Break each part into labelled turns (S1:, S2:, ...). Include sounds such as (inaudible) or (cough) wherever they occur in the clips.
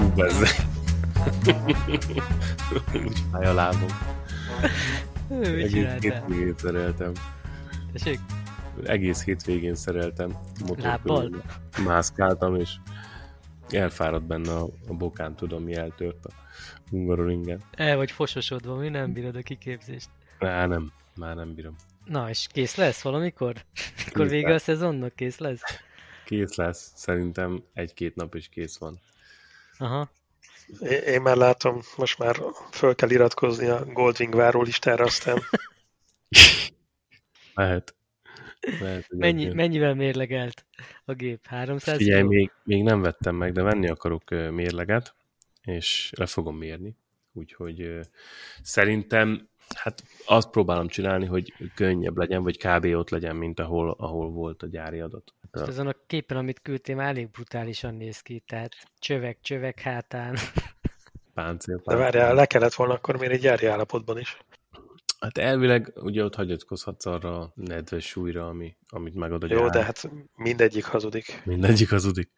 S1: Ú, bezzeg. Úgy fáj a lábom.
S2: Mit
S1: Egész
S2: csináltál?
S1: hétvégén szereltem.
S2: Tessék?
S1: Egész hétvégén szereltem. Motor
S2: Lábbal?
S1: körül Mászkáltam, és elfáradt benne a, a bokám, tudom, mi eltört a hungaroringen.
S2: El vagy fososodva, mi nem bírod a kiképzést.
S1: Á, nem. Már nem bírom.
S2: Na, és kész lesz valamikor? Mikor
S1: Kész
S2: vége a
S1: lesz.
S2: szezonnak kész lesz?
S1: Kész lesz. Szerintem egy-két nap is kész
S2: (laughs)
S1: van.
S2: Aha.
S3: É- Én már látom, most már föl kell iratkozni a Goldwing váró
S1: (laughs)
S3: listára, aztán
S1: Lehet. Lehet hogy
S2: Mennyi,
S1: egy-
S2: mennyivel mérlegelt a gép? 300
S1: Figyelj,
S2: kiló?
S1: még, még nem vettem meg, de venni akarok ö, mérleget, és le fogom mérni. Úgyhogy ö, szerintem, hát azt próbálom csinálni, hogy könnyebb legyen, vagy kb. ott legyen, mint ahol, ahol volt a gyári adat.
S2: Most azon a képen, amit küldtem, elég brutálisan néz ki, tehát csövek, csövek hátán.
S1: Páncél,
S3: de
S1: páncél.
S3: várjál, le kellett volna akkor még egy gyári állapotban is.
S1: Hát elvileg ugye ott hagyatkozhatsz arra a nedves súlyra, ami, amit megad a gyár.
S3: Jó, de hát mindegyik hazudik.
S1: Mindegyik hazudik.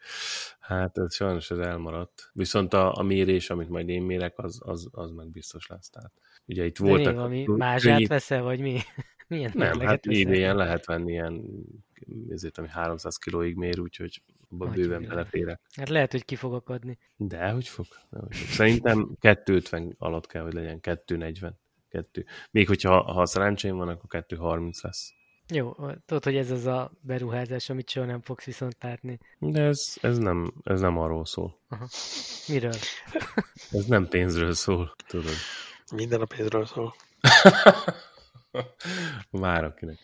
S1: Hát ez sajnos ez elmaradt. Viszont a, a mérés, amit majd én mérek, az, az, az meg biztos lesz. Tehát, ugye itt
S2: De mi,
S1: (laughs) voltak...
S2: valami
S1: könnyít-
S2: mázsát veszel, vagy mi? (laughs) Milyen
S1: Nem, hát
S2: mérleget veszel?
S1: ebay-en lehet venni ilyen ezért, ami 300 kilóig mér, úgyhogy abban
S2: Nagy
S1: bőven
S2: világ.
S1: beleférek.
S2: Hát lehet, hogy ki fog akadni.
S1: De hogy fog? De, hogy fog. Szerintem 250 alatt kell, hogy legyen, 240. Kettő. Még hogyha ha szerencsém van, akkor 230 lesz.
S2: Jó, tudod, hogy ez az a beruházás, amit soha nem fogsz viszont látni.
S1: De ez, ez, nem, ez nem arról szól.
S2: Miről?
S1: Ez nem pénzről szól, tudod.
S3: Minden a pénzről szól.
S1: Már akinek.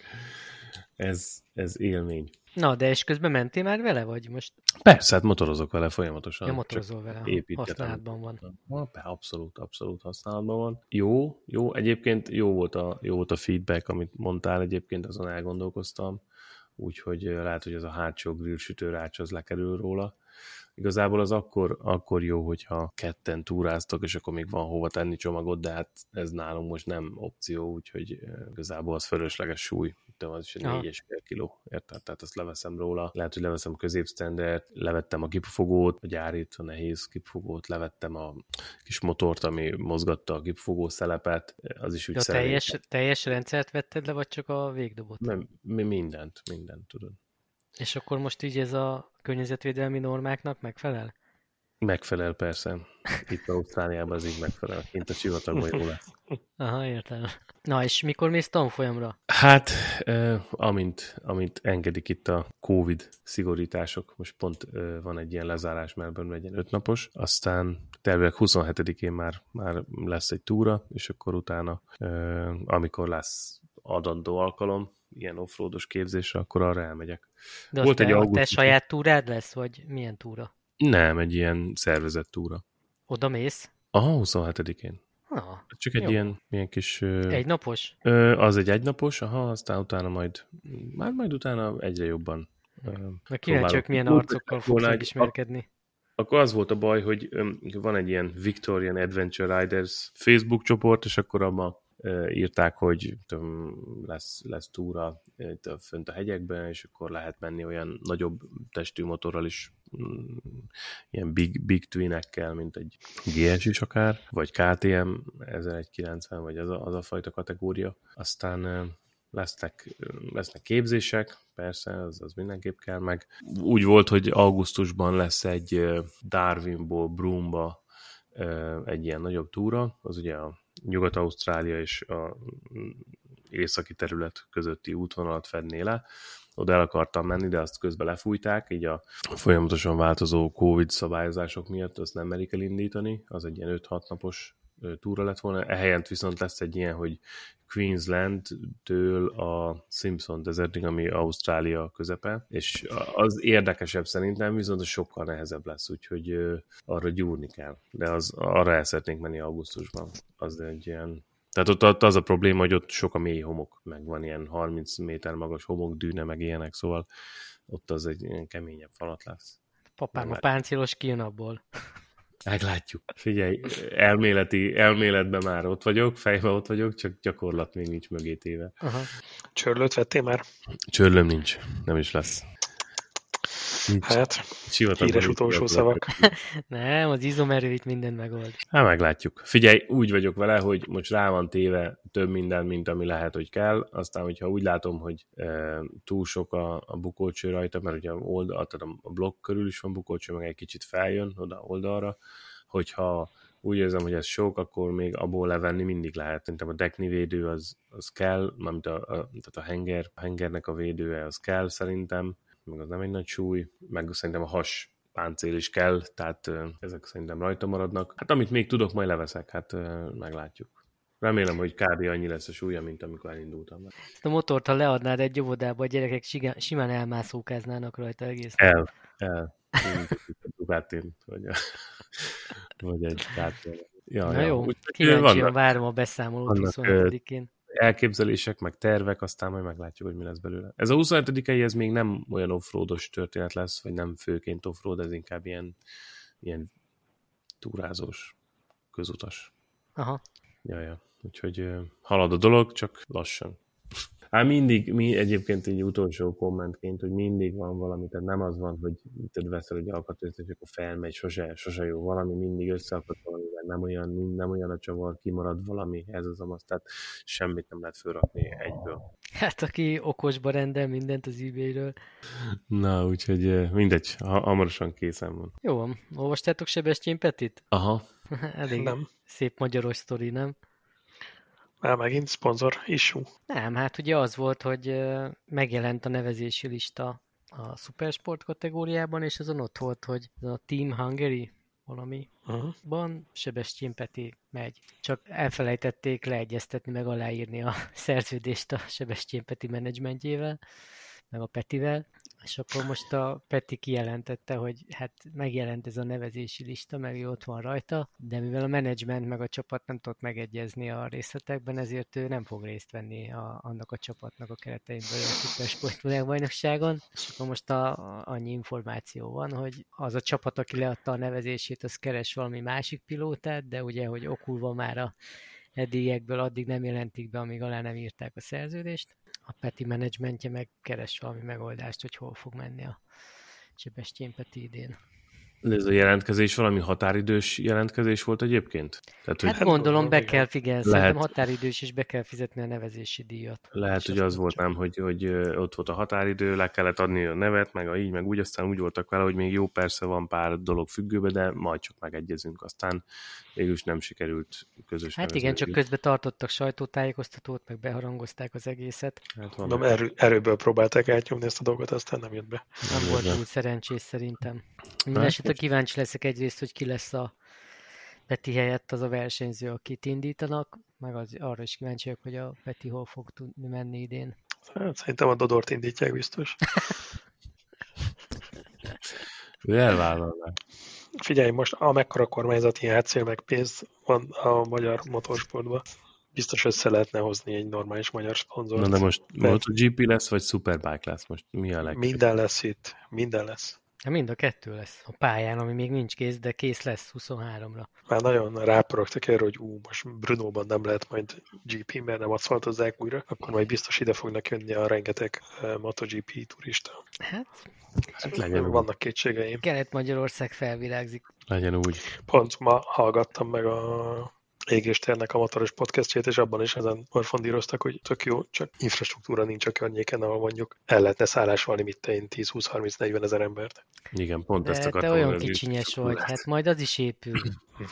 S1: Ez, ez élmény.
S2: Na, de és közben mentél már vele, vagy most?
S1: Persze, hát motorozok vele folyamatosan.
S2: Ja,
S1: csak-
S2: motorozol vele, ha
S1: építettem.
S2: használatban van.
S1: Ha, pe- Abszolút, abszolút használatban van. Jó, jó. Egyébként jó volt a, jó volt a feedback, amit mondtál egyébként, azon elgondolkoztam. Úgyhogy ö, lehet, hogy ez a hátsó grillsütő rács az lekerül róla. Igazából az akkor, akkor jó, hogyha ketten túráztok, és akkor még van hova tenni csomagot, de hát ez nálunk most nem opció, úgyhogy ö, igazából az fölösleges súly. Itt az is egy
S2: Aha.
S1: 4,5 kiló, érted? Tehát ezt leveszem róla. Lehet, hogy leveszem középsztendert, levettem a kipufogót, a gyárit, a nehéz kipufogót, levettem a kis motort, ami mozgatta a kipufogó szelepet, az is úgy
S2: De a
S1: szerelé-
S2: teljes, teljes rendszert vetted le, vagy csak a végdobot?
S1: Nem, mi mindent, mindent, tudod.
S2: És akkor most így ez a környezetvédelmi normáknak megfelel?
S1: Megfelel persze. Itt Ausztráliában az így megfelel. Kint a sivatagban jó lesz.
S2: Aha, értem. Na, és mikor mész tanfolyamra?
S1: Hát, eh, amint, amint engedik itt a Covid szigorítások, most pont eh, van egy ilyen lezárás Melbourne legyen ötnapos, aztán tervileg 27-én már, már lesz egy túra, és akkor utána, eh, amikor lesz adandó alkalom, ilyen offroados képzésre, akkor arra elmegyek.
S2: De
S1: Volt
S2: azt
S1: egy
S2: te, a te
S1: augusztusi.
S2: saját túrád lesz, vagy milyen túra?
S1: Nem, egy ilyen szervezett túra.
S2: Oda mész?
S1: Aha, 27-én.
S2: Na,
S1: Csak egy
S2: Jó.
S1: ilyen, ilyen kis... eh,
S2: egy napos?
S1: Ö, az egy egynapos, aha, aztán utána majd, már majd utána egyre jobban. Ö,
S2: Na kíváncsiak,
S1: próbálok.
S2: milyen
S1: Úgy
S2: arcokkal
S1: lett volna
S2: fogsz
S1: egy-
S2: megismerkedni.
S1: Akkor az volt a baj, hogy öm, van egy ilyen Victorian Adventure Riders Facebook csoport, és akkor abban ö, írták, hogy tudom, lesz, lesz túra itt a, fönt a hegyekben, és akkor lehet menni olyan nagyobb testű motorral is, mm, ilyen big, big twinekkel, mint egy GS is akár, vagy KTM 1190, vagy az a, az a fajta kategória. Aztán ö, lesznek, lesznek képzések, persze, az, az mindenképp kell meg. Úgy volt, hogy augusztusban lesz egy ö, Darwinból Broomba ö, egy ilyen nagyobb túra, az ugye a Nyugat-Ausztrália és a mm, északi terület közötti útvonalat fedné le. Oda el akartam menni, de azt közben lefújták, így a folyamatosan változó Covid szabályozások miatt azt nem merik elindítani, az egy ilyen 5-6 napos ö, túra lett volna. Ehelyett viszont lesz egy ilyen, hogy Queensland-től a Simpson desertig, ami Ausztrália közepe, és a- az érdekesebb szerintem, viszont az sokkal nehezebb lesz, úgyhogy ö, arra gyúrni kell. De az, arra el szeretnénk menni augusztusban. Az egy ilyen... Tehát ott, ott az a probléma, hogy ott sok a mély homok, meg van ilyen 30 méter magas homok, dűne, meg ilyenek, szóval ott az egy ilyen keményebb falat lesz.
S2: Papám, a
S1: Meg-
S2: páncélos kijön abból.
S1: Meglátjuk. Figyelj, elméleti, elméletben már ott vagyok, fejben ott vagyok, csak gyakorlat még nincs mögé téve.
S2: Aha.
S3: Csörlőt vettél már?
S1: Csörlöm nincs, nem is lesz. Nincs.
S3: Hát,
S1: Sivatagban
S3: híres
S1: nincs
S3: utolsó
S1: gyakorlatilag.
S3: szavak.
S2: Nem, az izomerő itt mindent megold.
S1: Hát meglátjuk. Figyelj, úgy vagyok vele, hogy most rá van téve több minden, mint ami lehet, hogy kell. Aztán, hogyha úgy látom, hogy e, túl sok a, a bukócső rajta, mert ugye oldal, tehát a- a blokk körül is van bukócső, meg egy kicsit feljön oda oldalra, hogyha úgy érzem, hogy ez sok, akkor még abból levenni mindig lehet. Szerintem a dekni védő az, az kell, mármint a, a, tehát a, henger, a hengernek a védője az kell szerintem, meg az nem egy nagy súly, meg szerintem a has páncél is kell, tehát ö, ezek szerintem rajta maradnak. Hát amit még tudok, majd leveszek, hát ö, meglátjuk. Remélem, hogy kb. annyi lesz a súlya, mint amikor elindultam.
S2: Ezt a motort, ha leadnád egy óvodába, a gyerekek sigá- simán elmászókáznának rajta egész. nap.
S1: El, el. Mint egy Ducati, vagy, vagy egy kártya. Ja,
S2: Na
S1: ja.
S2: jó,
S1: Úgyhogy, ö,
S2: kíváncsian
S1: vannak-
S2: várom a beszámolót
S1: vannak, ö,
S2: 27-én.
S1: elképzelések, meg tervek, aztán majd meglátjuk, hogy mi lesz belőle. Ez a 27 ez még nem olyan offroados történet lesz, vagy nem főként offroad, ez inkább ilyen, ilyen túrázós, közutas.
S2: Aha.
S1: Ja, ja. Úgyhogy ö, halad a dolog, csak lassan. Hát mindig, mi egyébként egy utolsó kommentként, hogy mindig van valami, tehát nem az van, hogy tudod, veszel egy alkatrészt, és akkor felmegy, sose, sose jó valami, mindig összeakad valamivel, nem olyan, nem olyan a csavar, kimarad valami, ez az amaz, tehát semmit nem lehet fölrakni egyből.
S2: Hát aki okosba rendel mindent az ebay-ről.
S1: Na, úgyhogy ö, mindegy, ha- hamarosan készen van.
S2: Jó van, olvastátok Sebestyén Petit?
S1: Aha,
S2: (laughs) Elég nem.
S3: nem.
S2: szép magyaros sztori, nem?
S3: Már megint szponzor issue.
S2: Nem, hát ugye az volt, hogy ö, megjelent a nevezési lista a szupersport kategóriában, és azon ott volt, hogy ez a Team Hungary valami
S3: Uh-huh.
S2: ban Sebestyén Peti megy. Csak elfelejtették leegyeztetni, meg aláírni a (laughs) szerződést a Sebestyén Peti menedzsmentjével, meg a Petivel, és akkor most a Peti kijelentette, hogy hát megjelent ez a nevezési lista, meg ő ott van rajta, de mivel a menedzsment meg a csapat nem tudott megegyezni a részletekben, ezért ő nem fog részt venni a, annak a csapatnak a keretein belül a szupersport világbajnokságon, és akkor most a, a- annyi információ van, hogy az a csapat, aki leadta a nevezését, az keres valami másik pilótát, de ugye, hogy okulva már a eddigiekből addig nem jelentik be, amíg alá nem írták a szerződést. A Peti menedzsmentje meg keres valami megoldást, hogy hol fog menni a Sebestyén Peti idén.
S1: De ez a jelentkezés valami határidős jelentkezés volt egyébként? Tehát, hogy
S2: Hát
S1: hát,
S2: gondolom, be
S3: igen.
S2: kell figyelni, szerintem
S1: Lehet.
S2: határidős, és be kell fizetni a nevezési díjat.
S1: lehet,
S2: és
S1: hogy
S2: azt
S1: az
S2: nem
S1: volt
S2: csak-
S1: nem, hogy, hogy ö, ott volt a határidő, le kellett adni a nevet, meg a így, meg úgy, aztán úgy voltak vele, hogy még jó, persze van pár dolog függőbe, de majd csak megegyezünk. Aztán végülis nem sikerült közös
S2: Hát igen, csak
S1: nevezőre
S2: közben tartottak sajtótájékoztatót, meg beharangozták az egészet.
S1: jutni. Hát van
S3: Mondom,
S1: erre.
S3: erő, erőből próbálták átnyomni ezt a dolgot, aztán nem jött be.
S2: Nem
S1: Jó,
S2: volt
S1: de- Hát,
S2: túl szerencsés szerintem. Mindenesetre kíváncsi leszek egyrészt, hogy ki lesz a Peti helyett az a versenyző, akit indítanak, meg az, arra is kíváncsi vagyok, hogy a Peti hol fog tudni menni idén.
S3: Hát, szerintem a Dodort indítják biztos.
S1: Ő elvállalná.
S3: Figyelj, most amekkora kormányzati hátszél meg pénz van a magyar motorsportban, biztos össze lehetne hozni egy normális magyar szponzort.
S1: Na de most
S3: Lehet.
S1: MotoGP lesz, vagy Superbike lesz? Most mi a legjobb?
S3: Minden lesz itt, minden lesz.
S2: Hát mind a kettő lesz a pályán, ami még nincs kész, de kész lesz 23-ra.
S3: Már nagyon ráporogtak erre, hogy ú, most Brunóban nem lehet majd GP, mert nem aszfaltozzák újra, akkor majd biztos ide fognak jönni a rengeteg eh, MotoGP turista.
S2: Hát
S1: Hát legyen úgy.
S3: Vannak kétségeim.
S2: Kelet-Magyarország felvirágzik.
S1: Legyen úgy.
S3: Pont ma hallgattam meg a égéstérnek a motoros podcastjét, és abban is ezen morfondíroztak, hogy tök jó, csak infrastruktúra nincs a környéken, ahol mondjuk el lehetne szállásolni mit te én 10-20-30-40 ezer embert.
S1: Igen, pont ezt
S2: De
S1: akartam.
S2: te olyan
S1: mondani, hogy
S2: kicsinyes
S1: fú,
S2: vagy,
S1: hát
S2: hát majd az is épül.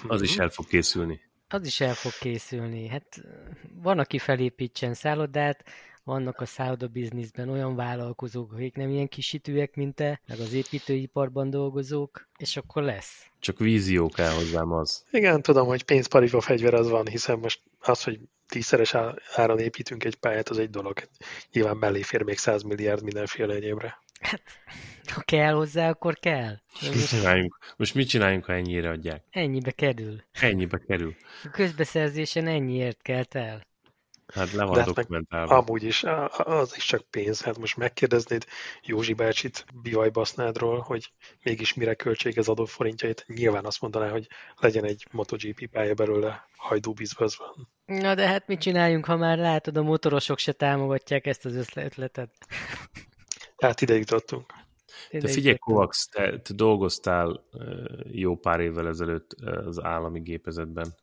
S1: Az is el fog készülni.
S2: Az is el fog készülni. Hát van, aki felépítsen szállodát, vannak a szálloda bizniszben olyan vállalkozók, akik nem ilyen kisítőek, mint te, meg az építőiparban dolgozók, és akkor lesz.
S1: Csak vízió kell hozzám az.
S3: Igen, tudom, hogy pénzparipa fegyver az van, hiszen most az, hogy tízszeres á- áron építünk egy pályát, az egy dolog. Nyilván mellé fér még 100 milliárd mindenféle egyébre.
S2: Ha kell hozzá, akkor kell.
S1: És mit csináljunk? Most mit csináljunk, ha ennyire adják?
S2: Ennyibe kerül.
S1: Ennyibe kerül.
S2: A közbeszerzésen ennyiért kelt el.
S1: Hát le
S3: De
S1: van
S3: hát meg
S1: dokumentálva.
S3: Amúgy is, á- az is csak pénz. Hát most megkérdeznéd Józsi bácsit Biajbasznádról, hogy mégis mire költségez adóforintjait. Nyilván azt mondaná, hogy legyen egy MotoGP pálya belőle hajdúbizbazban.
S2: Na de hát mit csináljunk, ha már látod, a motorosok se támogatják ezt az ötletet.
S3: Hát ide jutottunk.
S1: De figyelj, Kovacs, te, te dolgoztál jó pár évvel ezelőtt az állami gépezetben.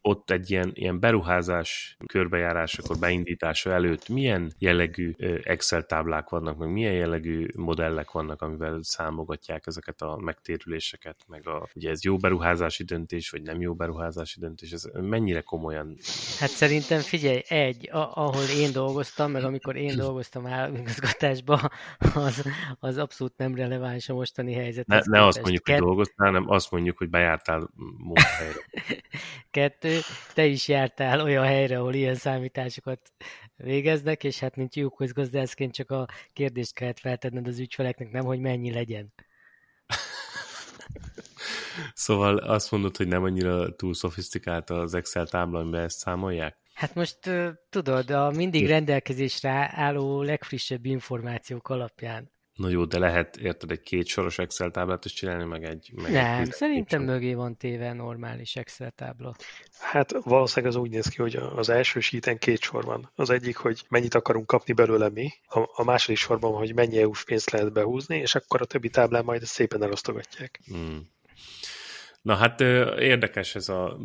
S1: Ott egy ilyen, ilyen beruházás körbejárásakor, beindítása előtt milyen jellegű Excel táblák vannak, meg milyen jellegű modellek vannak, amivel számogatják ezeket a megtérüléseket, meg a, ugye ez jó beruházási döntés, vagy nem jó beruházási döntés, ez mennyire komolyan?
S2: Hát szerintem figyelj, egy, a, ahol én dolgoztam, meg amikor én dolgoztam államigazgatásban, az, az abszolút nem releváns a mostani helyzet.
S1: Ne, ne azt mondjuk, Kett... hogy dolgoztál, hanem azt mondjuk, hogy bejártál munkahelyre.
S2: Kettő, te is jártál olyan helyre, ahol ilyen számításokat végeznek, és hát mint lyukhoz gazdászként csak a kérdést kellett feltenned az ügyfeleknek, nem, hogy mennyi legyen.
S1: Szóval azt mondod, hogy nem annyira túl szofisztikált az Excel tábla, amiben ezt számolják?
S2: Hát most tudod, a mindig rendelkezésre álló legfrissebb információk alapján.
S1: Na jó, de lehet, érted, egy két soros Excel táblát is csinálni, meg egy... Meg
S2: nem,
S1: egy
S2: szerintem két mögé van téve normális Excel tábla.
S3: Hát valószínűleg az úgy néz ki, hogy az első síten két sor van. Az egyik, hogy mennyit akarunk kapni belőle mi, a, a második sorban, hogy mennyi EU-s pénzt lehet behúzni, és akkor a többi táblán majd szépen elosztogatják.
S1: Hmm. Na hát érdekes ez, a,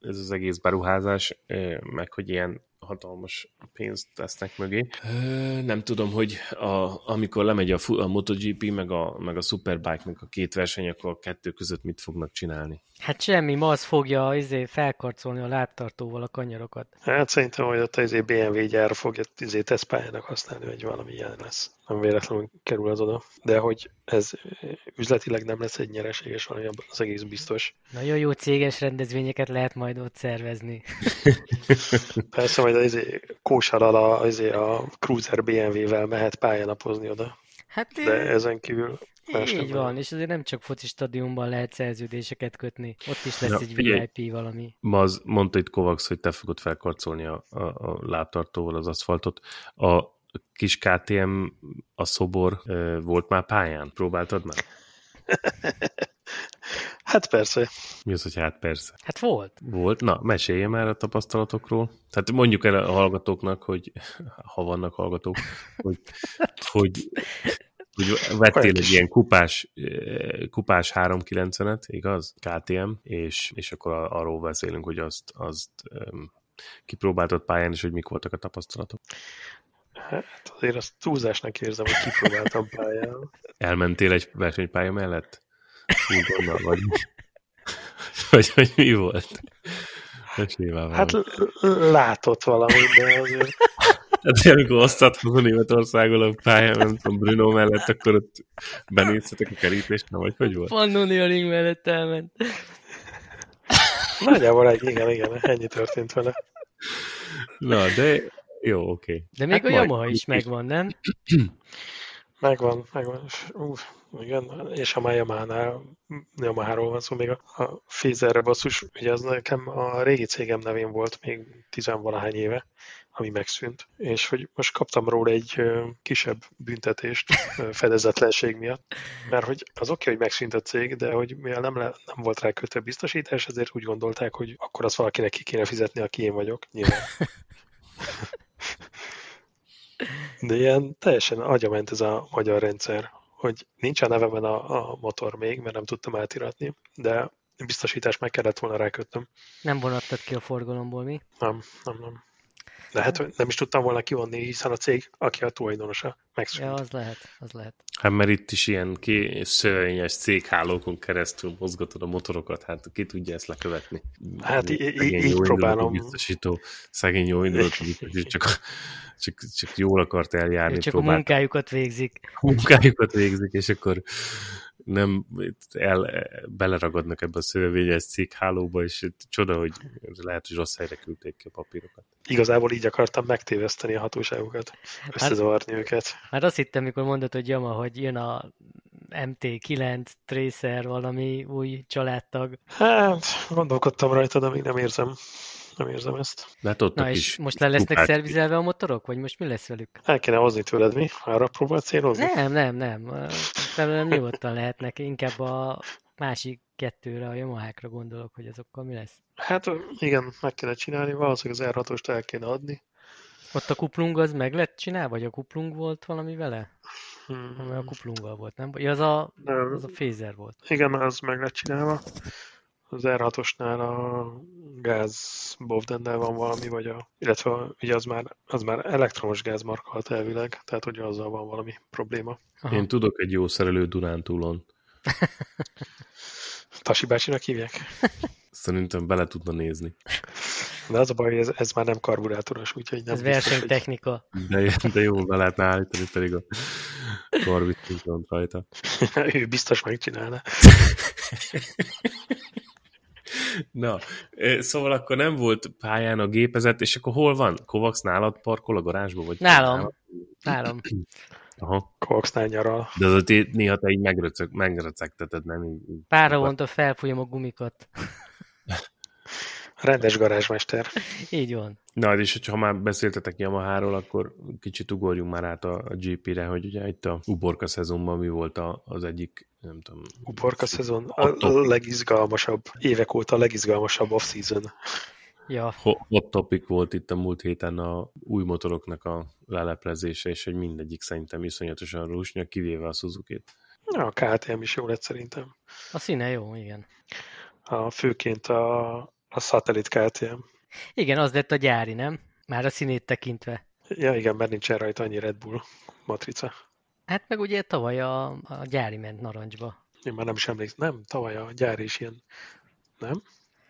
S1: ez az egész beruházás, meg hogy ilyen hatalmas pénzt tesznek mögé. Nem tudom, hogy a, amikor lemegy a, a MotoGP, meg a, meg a Superbike-nak a két verseny, akkor a kettő között mit fognak csinálni?
S2: Hát semmi, ma az fogja izé, felkarcolni a lábtartóval a kanyarokat.
S3: Hát szerintem, hogy ott az BMW gyár fogja izé, tesztpályának használni, vagy valami ilyen lesz. Nem véletlenül kerül az oda. De hogy ez üzletileg nem lesz egy nyereséges valami, az egész biztos.
S2: Nagyon jó céges rendezvényeket lehet majd ott szervezni.
S3: Persze, majd az kósarral a, az izé a Cruiser BMW-vel mehet pályanapozni oda. Hát, De ezen kívül
S2: Más Így van, és azért nem csak foci stadionban lehet szerződéseket kötni, ott is lesz ja, egy figyelj, VIP valami.
S1: Ma az mondta itt Kovacs, hogy te fogod felkarcolni a, a, a lábtartóval az aszfaltot. A kis KTM, a szobor volt már pályán? Próbáltad már?
S3: Hát persze.
S1: Mi az, hogy hát persze?
S2: Hát volt.
S1: Volt? Na, mesélje már a tapasztalatokról. Tehát mondjuk el a hallgatóknak, hogy (laughs) ha vannak hallgatók, hogy, hogy hogy vettél egy ilyen kupás, eh, kupás 390-et, igaz? KTM, és, és akkor arról beszélünk, hogy azt, azt um, kipróbáltad pályán, és hogy mik voltak a tapasztalatok.
S3: Hát azért azt túlzásnak érzem, hogy kipróbáltam pályán.
S1: Elmentél egy versenypálya mellett? Fúgonnal vagy. (laughs) vagy hogy mi volt?
S3: Hát látott valamit, de azért...
S1: Tehát amikor osztatkozó Németországon a pályán, nem tudom, Bruno mellett, akkor ott benéztetek a kerítést, nem vagy hogy volt?
S2: Pannoni a ring mellett elment.
S3: Nagyjából egy, igen, igen, ennyi történt vele.
S1: Na, de jó, oké. Okay.
S2: De még hát a Yamaha is megvan, nem?
S3: Megvan, megvan. Uf, igen, és a már Yamaha-nál, Yamaha-ról van szó, még a, a Fézerre basszus, ugye az nekem a régi cégem nevén volt még tizenvalahány éve, ami megszűnt, és hogy most kaptam róla egy kisebb büntetést fedezetlenség miatt, mert hogy az oké, okay, hogy megszűnt a cég, de hogy mivel nem, le, nem volt rá kötő biztosítás, ezért úgy gondolták, hogy akkor azt valakinek ki kéne fizetni, aki én vagyok, nyilván. De ilyen teljesen agyament ez a magyar rendszer, hogy nincs a nevemen a, a motor még, mert nem tudtam átiratni, de biztosítást meg kellett volna rákötnöm.
S2: Nem vonattad ki a forgalomból, mi?
S3: Nem, nem, nem. Lehet, hogy nem is tudtam volna kivonni, hiszen a cég, aki a tulajdonosa, megszűnt.
S2: Ja, az lehet, az lehet.
S1: Hát mert itt is ilyen ki szörnyes céghálókon keresztül mozgatod a motorokat, hát ki tudja ezt lekövetni?
S3: Hát így, így próbálom.
S1: Biztosító, szegény jó
S3: (laughs)
S1: indulatú biztosító, csak, csak, csak jól akart eljárni. Ő
S2: csak próbált. a munkájukat végzik.
S1: A munkájukat végzik, és akkor nem el, beleragadnak ebbe a szövevényes cikkhálóba, és csoda, hogy lehet, hogy rossz helyre küldték ki a papírokat.
S3: Igazából így akartam megtéveszteni a hatóságokat, összezavarni hát, őket.
S2: Hát azt hittem, mikor mondod, hogy Jama, hogy jön a MT9, Tracer, valami új családtag.
S3: Hát, gondolkodtam rajta, de még nem érzem nem érzem ezt.
S1: De hát ott
S2: Na és most le lesznek kupát. szervizelve a motorok, vagy most mi lesz velük?
S3: El kéne hozni tőled mi? Arra próbál célozni?
S2: Nem, nem, nem. Szerintem nyugodtan lehetnek. Inkább a másik kettőre, a Yamaha-kra gondolok, hogy azokkal mi lesz.
S3: Hát igen, meg kéne csinálni, valószínűleg az R6-ost el kéne adni.
S2: Ott a kuplung az meg lett csinál, vagy a kuplung volt valami vele?
S3: Hmm.
S2: Ami a kuplunggal volt, nem? Ja, az a,
S3: Nem.
S2: az a fézer volt.
S3: Igen, már az meg lett csinálva. Az R6-osnál a gáz Bovdennel van valami, vagy a, illetve a- ugye az már, az már elektromos gáz markolt elvileg, tehát ugye azzal van valami probléma.
S2: Aha.
S1: Én tudok egy jó szerelő Dunántúlon.
S3: Tasi bácsinak hívják.
S1: Szerintem bele tudna nézni.
S3: De az a baj, hogy ez, ez már nem karburátoros, úgyhogy nem
S2: Ez
S3: biztos, hogy-
S2: versenytechnika.
S1: De, de jó be lehetne állítani, pedig a karbit nincs ott rajta.
S3: (laughs) ő biztos megcsinálna.
S1: Na, ö, szóval akkor nem volt pályán a gépezet, és akkor hol van? Kovacs nálad parkol a garázsba? Vagy
S2: Nálam.
S1: nálad?
S2: Nálam.
S1: Aha.
S3: Coxnál nyaral.
S1: De az ott néha te így megröcög, megröcegteted, nem? Így, így.
S2: Pár havonta felfújom a gumikat.
S3: Rendes garázsmester.
S2: Így van.
S1: Na, hát és hogyha már beszéltetek Yamaha-ról, akkor kicsit ugorjunk már át a, a GP-re, hogy ugye itt a uborka szezonban mi volt a, az egyik, nem tudom...
S3: Uborka szezon a,
S1: Hot
S3: a
S1: topic.
S3: legizgalmasabb, évek óta a legizgalmasabb off-season.
S2: Ja,
S1: Ho- Hot topic volt itt a múlt héten a új motoroknak a leleplezése, és hogy mindegyik szerintem iszonyatosan rúsnya, kivéve a suzuki
S3: Ja, A KTM is jó lett szerintem.
S2: a színe jó, igen.
S3: A, főként a, a szatellit KTM.
S2: Igen, az lett a gyári, nem? Már a színét tekintve.
S3: Ja, igen, mert nincsen rajta annyi Red Bull matrica.
S2: Hát meg ugye tavaly a, a gyári ment narancsba.
S3: Én már nem is emlékszem. Nem, tavaly a gyár is ilyen, nem?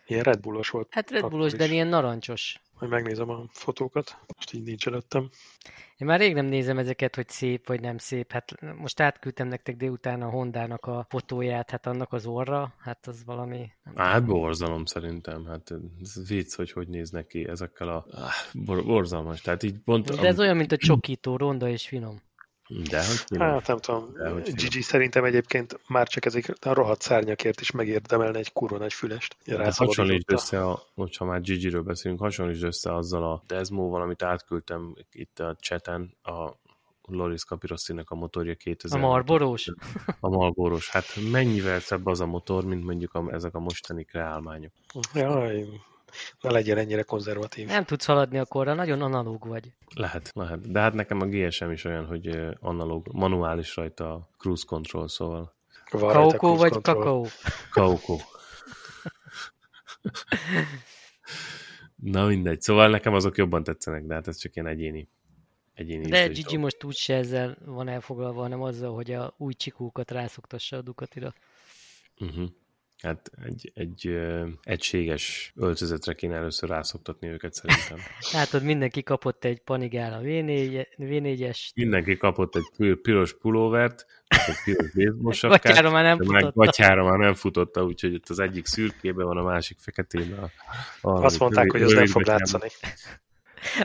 S3: Ilyen Red Bullos volt.
S2: Hát Red
S3: Akkor
S2: Bullos, de
S3: is.
S2: ilyen narancsos.
S3: Majd megnézem a fotókat. Most így nincs előttem.
S2: Én már rég nem nézem ezeket, hogy szép vagy nem szép. Hát most átküldtem nektek délután a Hondának a fotóját, hát annak az orra, hát az valami... nem
S1: Á, Hát
S2: tudom.
S1: borzalom szerintem, hát ez vicc, hogy hogy néz neki ezekkel a... Áh, bor- borzalmas, tehát így pont...
S2: De ez olyan, mint a csokító, ronda és finom.
S1: De hogy finom.
S3: Hát nem tudom.
S1: De hogy finom.
S3: Gigi szerintem egyébként már csak ezek a rohadt szárnyakért is megérdemelne egy kurva nagy fülest.
S1: De Hát hasonlítsd össze, a, hogyha már Gigi-ről beszélünk, hasonlítsd össze azzal a Desmo-val, amit átküldtem itt a chaten, a Loris Capirossi-nek a motorja
S2: A
S1: 2000.
S2: marborós?
S1: A Marlboros. Hát mennyivel szebb az a motor, mint mondjuk a, ezek a mostani kreálmányok.
S3: Jaj, ne legyen ennyire konzervatív.
S2: Nem tudsz haladni a korra, nagyon analóg vagy.
S1: Lehet, lehet. De hát nekem a GSM is olyan, hogy ö, analóg, manuális rajta a cruise control, szóval
S3: Van rajta
S2: Kaukó
S3: cruise
S2: vagy
S3: control.
S2: kakaó? (laughs)
S1: Kauko. Na mindegy, szóval nekem azok jobban tetszenek, de hát ez csak ilyen egyéni. egyéni
S2: De
S1: ízlés
S2: Gigi
S1: dolog.
S2: most úgyse ezzel van elfoglalva, hanem azzal, hogy a új csikókat rászoktassa a Ducatira.
S1: Uh-huh. Hát egy, egy ö, egységes öltözetre kéne először rászoktatni őket
S3: (laughs)
S1: szerintem.
S2: Látod, mindenki kapott egy panigál a V4 V4-es,
S1: Mindenki kapott egy pir- piros pulóvert, egy piros
S3: (laughs)
S1: baseball sapkát,
S2: gatyára már nem
S1: de meg
S2: futotta.
S1: gatyára már nem futotta, úgyhogy itt az egyik szürkébe van, a másik feketében. A, a
S3: Azt mondták, hogy az nem fog
S1: rövidgatyában.
S3: látszani.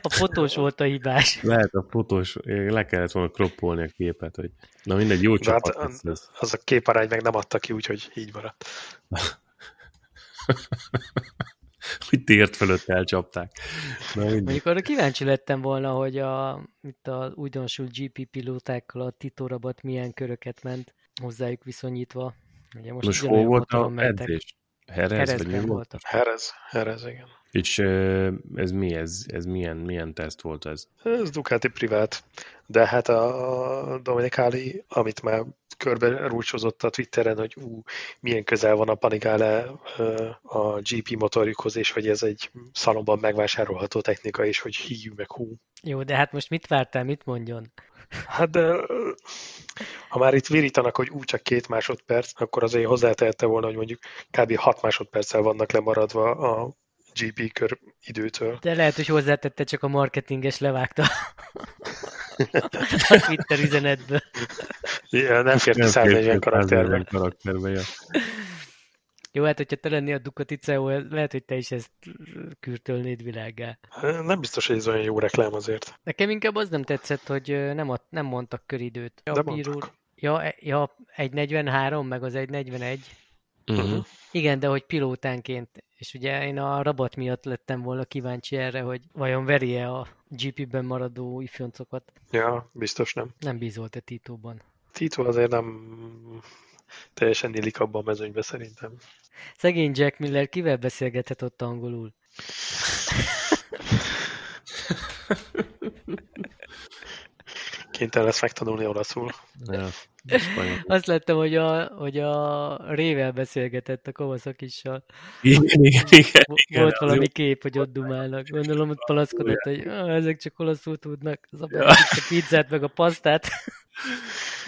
S2: A fotós volt a hibás.
S1: Lehet a fotós, le kellett volna kroppolni a képet, hogy na mindegy, jó
S3: De hát,
S1: csapat
S3: an-
S1: lesz ez. (laughs)
S3: Az a képarány meg nem adta ki, úgyhogy így maradt.
S1: Hogy tért fölött elcsapták. Na mindegy.
S2: Mondjuk arra kíváncsi lettem volna, hogy a, itt a újdonsult GP pilótákkal a Tito Rabat milyen köröket ment hozzájuk viszonyítva. Ugye most,
S1: Most hol
S2: ugyanolyan
S1: volt
S2: motoron
S1: a
S2: mentek.
S1: edzés? Herez, vagy mi
S2: Keresztben
S1: volt?
S2: voltak.
S3: Herez, Herez, igen.
S1: És ö, ez mi, ez, ez milyen, milyen teszt volt ez?
S3: Ez Ducati privát, de hát a Dominikali, amit már körbe rúcsozott a Twitteren, hogy ú, milyen közel van a Panigale ö, a GP motorjukhoz, és hogy ez egy szalomban megvásárolható technika, és hogy híjú meg hú.
S2: Jó, de hát most mit vártál, mit mondjon?
S3: Hát de ö, ha már itt virítanak, hogy úgy csak két másodperc, akkor azért hozzátehette volna, hogy mondjuk kb. hat másodperccel vannak lemaradva a GP kör időtől.
S2: De lehet, hogy hozzátette, csak a marketinges levágta a Twitter üzenetből.
S3: Ja, nem fért ki 140 karakterbe.
S1: karakterbe, ja.
S2: Jó, hát hogyha te lennél a Ducati CEO, lehet, hogy te is ezt kürtölnéd világgá.
S3: Nem biztos, hogy ez olyan jó reklám azért.
S2: Nekem inkább az nem tetszett, hogy ö, nem, ad, nem mondtak köridőt. Ja,
S3: De
S2: a bíró,
S3: mondtak.
S2: ja, e- ja, 1.43, meg az 1.41.
S1: Uh-huh.
S2: Igen, de hogy pilótánként, és ugye én a rabat miatt lettem volna kíváncsi erre, hogy vajon veri-e a GP-ben maradó ifjoncokat.
S3: Ja, biztos nem.
S2: Nem bízolt-e Titóban.
S3: Tito azért nem teljesen illik abban a mezőnybe szerintem.
S2: Szegény Jack Miller kivel beszélgethet ott angolul?
S3: Kénytelen lesz megtanulni olaszul.
S1: Ja, spanyol.
S2: Azt láttam, hogy a, hogy a Rével beszélgetett a komaszakissal.
S1: igen, igen, igen, igen,
S2: Volt
S1: az
S2: valami
S1: jó.
S2: kép, hogy ott dumálnak. Gondolom, ott panaszkodott, hogy "Ah, ezek csak olaszul tudnak. Az
S1: Ja.
S2: a pizzát, meg a pasztát. (laughs)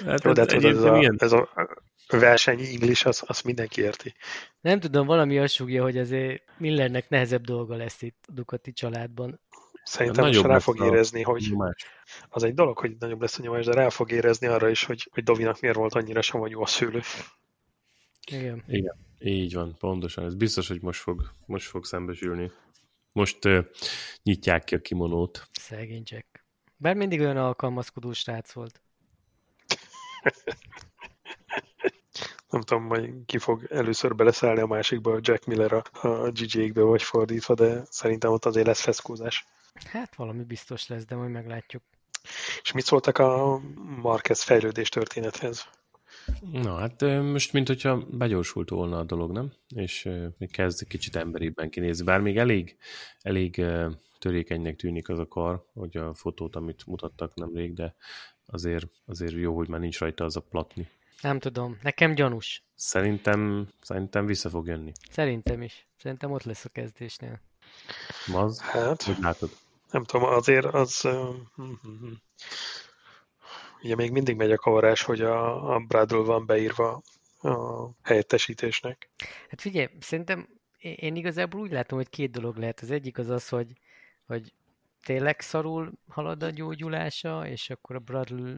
S1: Hát
S3: Jó, de
S1: ez
S3: tudod, ez
S1: egyébként
S3: a,
S1: ilyen-
S3: ez a verseny English, azt az mindenki érti.
S2: Nem tudom, valami azt súgja, hogy azért Millernek nehezebb dolga lesz itt a Ducati családban.
S3: Szerintem
S1: Nagyobb
S3: most rá
S1: lesz
S3: fog
S1: a-
S3: érezni, hogy
S1: Nyomás.
S3: az egy dolog, hogy nagyobb lesz a nyomás, de rá fog érezni arra is, hogy, hogy Dovinak miért volt annyira savanyú a szőlő.
S2: Igen.
S1: Így van, pontosan. Ez biztos, hogy most fog, most fog szembesülni. Most uh, nyitják ki a kimonót.
S2: Szegény Jack. Bár mindig olyan alkalmazkodó srác volt.
S3: Nem tudom, hogy ki fog először beleszállni a másikba, a Jack Miller a, a GG-kbe, vagy fordítva, de szerintem ott azért lesz feszkózás.
S2: Hát valami biztos lesz, de majd meglátjuk.
S3: És mit szóltak a Marquez fejlődés történethez?
S1: Na hát ö, most, mint hogyha begyorsult volna a dolog, nem? És ö, még kezd kicsit emberibben kinézni. Bár még elég, elég ö, törékenynek tűnik az a kar, hogy a fotót, amit mutattak nemrég, de azért, azért jó, hogy már nincs rajta az a platni.
S2: Nem tudom, nekem gyanús.
S1: Szerintem, szerintem vissza fog jönni.
S2: Szerintem is. Szerintem ott lesz a kezdésnél.
S1: Maz,
S3: Hát,
S1: hogy látod?
S3: nem tudom, azért az... ö, mhm. Ugye még mindig megy a kavarás, hogy a, a Bradl van beírva a helyettesítésnek.
S2: Hát figyelj, szerintem é- én igazából úgy látom, hogy két dolog lehet. Az egyik az az, hogy, hogy tényleg szarul halad a gyógyulása, és akkor a Bradl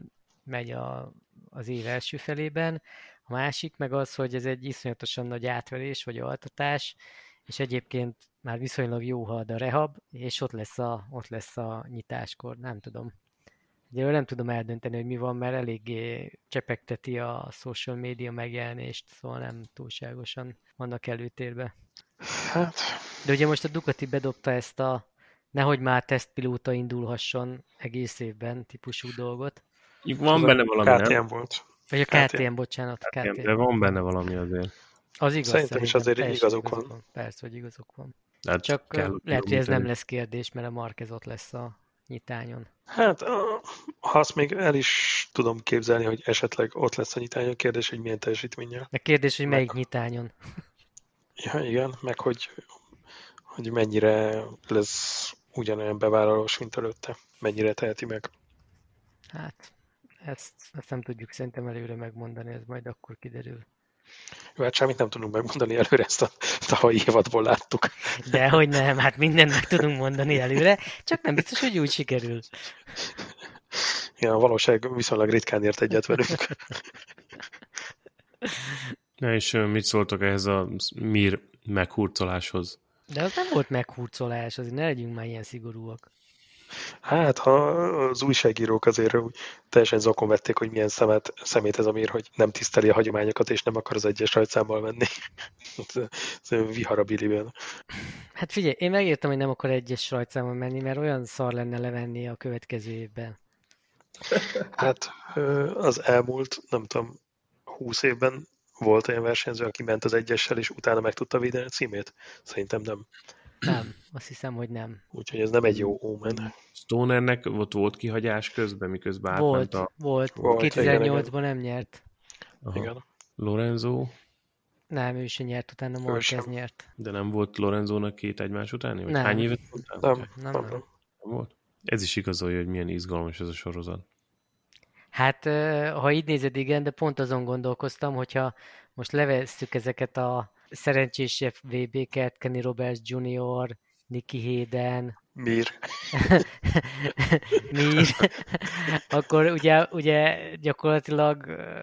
S2: megy a, az év első felében. A másik meg az, hogy ez egy iszonyatosan nagy átverés vagy altatás, és egyébként már viszonylag jó halad a rehab, és ott lesz a, ott lesz a nyitáskor, nem tudom. Ugye nem tudom eldönteni, hogy mi van, mert eléggé csepegteti a social média megjelenést, szóval nem túlságosan vannak előtérbe.
S3: Hát,
S2: De ugye most a Ducati bedobta ezt a nehogy már tesztpilóta indulhasson egész évben típusú dolgot.
S1: Van
S3: az a
S1: benne valami, nem?
S3: KTM volt.
S2: Vagy a
S3: KTM.
S2: KTM, bocsánat,
S1: KTM,
S2: KTM.
S1: de van benne valami azért.
S2: Az igaz,
S3: Szerintem is azért
S2: teljesen
S3: igazuk van.
S2: Persze, hogy igazuk van.
S1: Hát
S2: Csak
S1: kell,
S2: kell,
S1: hogy
S2: lehet, hogy ez
S1: kilométer-
S2: nem lesz kérdés, mert a Marquez ott lesz a nyitányon.
S3: Hát, ö, ha azt még el is tudom képzelni, hogy esetleg ott lesz a nyitány, a kérdés, hogy milyen teljesítménnyel.
S2: De kérdés, hogy
S3: Meg-
S2: melyik nyitányon.
S3: Ja, igen, meg hogy, hogy mennyire lesz ugyanolyan bevállalós, mint előtte. Mennyire teheti meg.
S2: Hát, ezt, ezt nem tudjuk szerintem előre megmondani, ez majd akkor kiderül.
S3: Jó, hát semmit nem tudunk megmondani előre, ezt a tavalyi évadból láttuk.
S2: Dehogy nem, hát mindent meg tudunk mondani előre, csak nem biztos, hogy úgy sikerül.
S3: Ja, a valóság viszonylag ritkán ért egyet velünk.
S1: Na és ö, mit szóltok ehhez a mir meghurcoláshoz?
S2: De az nem volt meghurcolás, azért ne legyünk már ilyen szigorúak.
S3: Hát, ha az újságírók azért úgy teljesen zokon vették, hogy milyen szemet, szemét ez a mér, hogy nem tiszteli a hagyományokat, és nem akar az egyes rajtszámmal menni. Ez- ez Vihar a biliben.
S2: Hát figyelj, én megértem, hogy nem akar egyes rajtszámon menni, mert olyan szar lenne levenni a következő évben.
S3: Hát ö, az elmúlt, nem tudom, húsz évben volt olyan versenyző, aki ment az egyessel, és utána meg tudta védeni a címét? Szerintem nem.
S2: Nem, azt hiszem, hogy nem.
S3: Úgyhogy ez nem egy jó ómen.
S1: Stonernek ott volt kihagyás közben, miközben átment
S2: Volt,
S1: a
S2: volt.
S3: Volt, igen,
S2: 2008-ban nem nyert.
S1: aha,
S3: Igen.
S1: Lorenzo,
S2: Nem, ő sem nyert, utána Marquez
S3: sem.
S2: nyert.
S1: de nem volt Lorenzónak két egymás utáni? Vagy
S2: Nem.
S1: hány évet volt? Nem.
S3: Nem,
S2: Nem,
S3: nem,
S2: nem.
S3: nem.
S1: volt? Ez is igazolja, hogy milyen izgalmas ez a sorozat.
S2: Hát, ö, ha így nézed, igen, de pont azon gondolkoztam, hogyha most levesszük ezeket a szerencsésebb VB-ket, Kenny Roberts Jr., Nicky Hayden,
S3: Mir.
S2: (laughs) Mir, akkor ugye, ugye gyakorlatilag ö,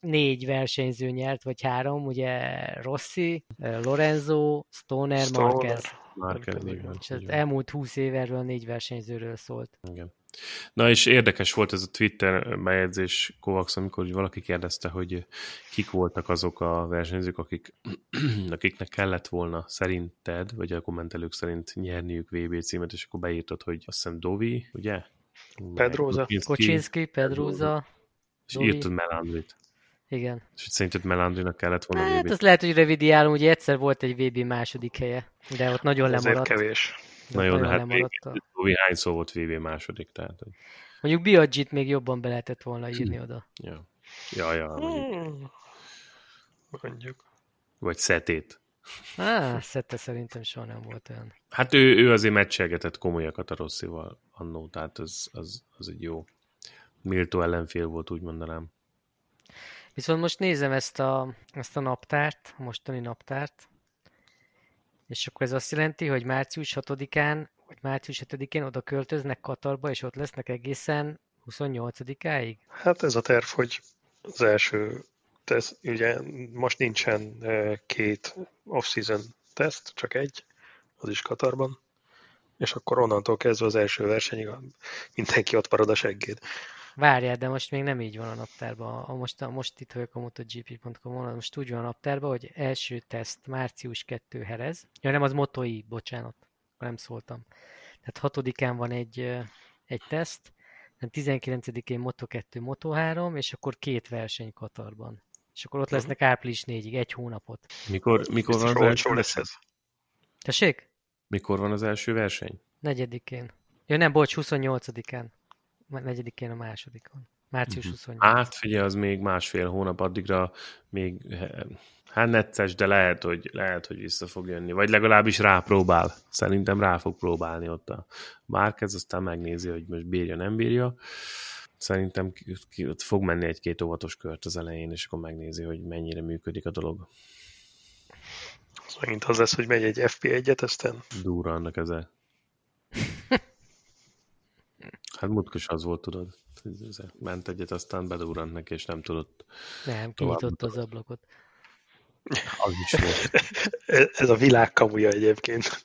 S2: négy versenyző nyert, vagy három, ugye Rossi, ö, Lorenzo, Stoner,
S3: Stoner.
S2: Marquez.
S1: Már
S3: Nem
S1: kell
S3: tudom,
S1: igen,
S2: És az
S1: Hát igen.
S2: elmúlt húsz év erről a négy versenyzőről szólt.
S1: Igen. Na és érdekes volt ez a Twitter bejegyzés Kovacs, amikor így valaki kérdezte, hogy kik voltak azok a versenyzők, akik, (clears throat) akiknek kellett volna szerinted, vagy a kommentelők szerint nyerniük VB címet, és akkor beírtad, hogy azt hiszem Dovi, ugye?
S3: Pedroza.
S1: Meg
S2: Kocsinski, Pedroza,
S1: És
S2: Dovi.
S1: írtad Melandrit.
S2: igen.
S1: És hogy szerinted Melandrinak kellett volna
S2: Hát
S1: VB
S2: azt lehet, hogy revidiálom, ugye egyszer volt egy VB második helye, de ott nagyon
S3: Azért
S2: lemaradt.
S3: kevés.
S2: de ott
S1: Na jó, de hát
S2: lemaradt. a-
S1: Dovi hányszor volt VB második, tehát hogy
S2: Mondjuk Biagit még jobban be lehetett volna írni oda.
S1: Ja, ja, ja mondjuk.
S3: Mm. Mondjuk.
S1: vagy szetét.
S2: Á, Szette szerintem soha nem volt olyan.
S1: Hát ő, ő azért meccselgetett komolyakat a Rosszival annó, tehát az, az, az egy jó méltó ellenfél volt, úgy mondanám.
S2: Viszont most nézem ezt a, ezt a naptárt, a mostani naptárt, és akkor ez azt jelenti, hogy március 6-án, vagy március 7-én oda költöznek Katarba, és ott lesznek egészen 28-áig?
S3: Hát ez a terv, hogy az első teszt, ugye most nincsen eh, két off-season teszt, csak egy, az is Katarban, és akkor onnantól kezdve az első versenyig a- mindenki ott marad a seggét.
S2: Várjál, de most még nem így van a naptárban. A most, a, most itt vagyok a motogp.com-on, most úgy van a naptárban, hogy első teszt március 2 herez. Ja, nem, az motoi, bocsánat, nem szóltam. Tehát 6-án van egy, ö, egy teszt, de 19-én Moto 2, Moto 3, és akkor két verseny Katarban. És akkor
S1: Mhm.
S2: ott lesznek április 4-ig, egy hónapot.
S1: Mikor, mikor, van,
S3: Biztos
S1: az
S3: olcsó
S1: első,
S3: lesz ez.
S2: Tessék?
S1: mikor van az első verseny?
S2: Negyedikén. Ja, nem, bocs, 28-án. Már Negyedikén a másodikon. Március
S1: Mhm.
S2: 28.
S1: Hát figyelj, az még másfél hónap addigra még eh, hát necces, de lehet, hogy, lehet, hogy vissza fog jönni. Vagy legalábbis rápróbál. Szerintem rá fog próbálni ott a Márkez, aztán megnézi, hogy most bírja, nem bírja. Szerintem ki, ki, ott fog menni egy-két óvatos kört az elején, és akkor megnézi, hogy mennyire működik a dolog.
S3: Az megint az lesz, hogy megy egy FP1-et, aztán
S1: Dúra annak ezzel. Hát mutkos az volt, tudod. Ment egyet, aztán bedúrant neki, és nem tudott.
S2: Nem,
S1: Tovább
S2: kinyitotta az ablakot.
S1: Az is volt.
S3: e- ez a világ kamuja egyébként.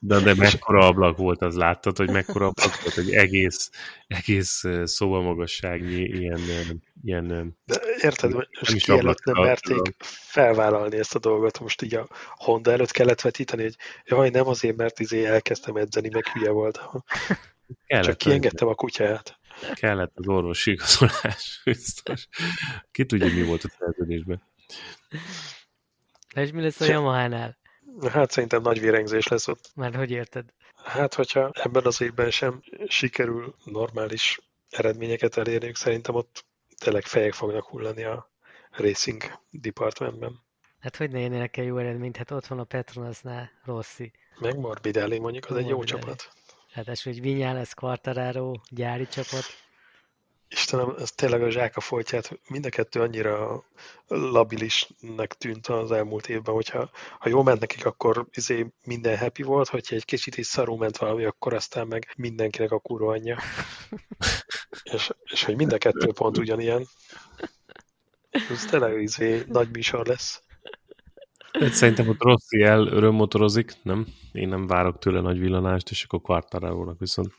S1: De, de mekkora ablak volt, az láttad, hogy mekkora ablak volt, hogy egész, egész eh, szobamagasságnyi ilyen, eh, ilyen eh,
S3: De érted, hogy
S1: Nem
S3: most
S1: is
S3: ki előtt nem
S1: ablakra,
S3: merték
S1: tudom.
S3: felvállalni ezt a dolgot. Most így a Honda előtt kellett vetíteni, hogy jaj, nem azért, mert izé elkezdtem edzeni, meg hülye voltam. Csak
S1: kellett,
S3: kiengedtem a kutyát.
S1: kellett az orvosi igazolás, (laughs) biztos. Ki tudja, mi volt a szerződésben.
S2: Na és mi lesz a
S3: Se-
S2: Yamaha-nál?
S3: Hát szerintem nagy vérengzés lesz ott.
S2: Már hogy érted?
S3: Hát, hogyha ebben az évben sem sikerül normális eredményeket elérniük, szerintem ott tényleg fejek fognak hullani a racing departmentben.
S2: Hát hogy ne érnének el jó eredményt? Hát ott van a Petronasnál Rossi.
S3: Meg Morbidelli mondjuk, az egy jó
S2: Morbidelli.
S3: csapat.
S2: Ráadásul, hogy Vinyá lesz Quartararo, gyári csapat.
S3: Istenem, ez tényleg a zsáka foltját, mind a kettő annyira labilisnek tűnt az elmúlt évben, hogyha ha jól ment nekik, akkor izé minden happy volt, hogyha egy kicsit is szarú ment valami, akkor aztán meg mindenkinek a kurva anyja. és, és hogy mind a kettő pont ugyanilyen. Ez tényleg izé nagy műsor lesz.
S1: Hát Szerintem ott Rossi el örömmotorozik, nem? Én nem várok tőle nagy villanást, és akkor kvartárárónak viszont.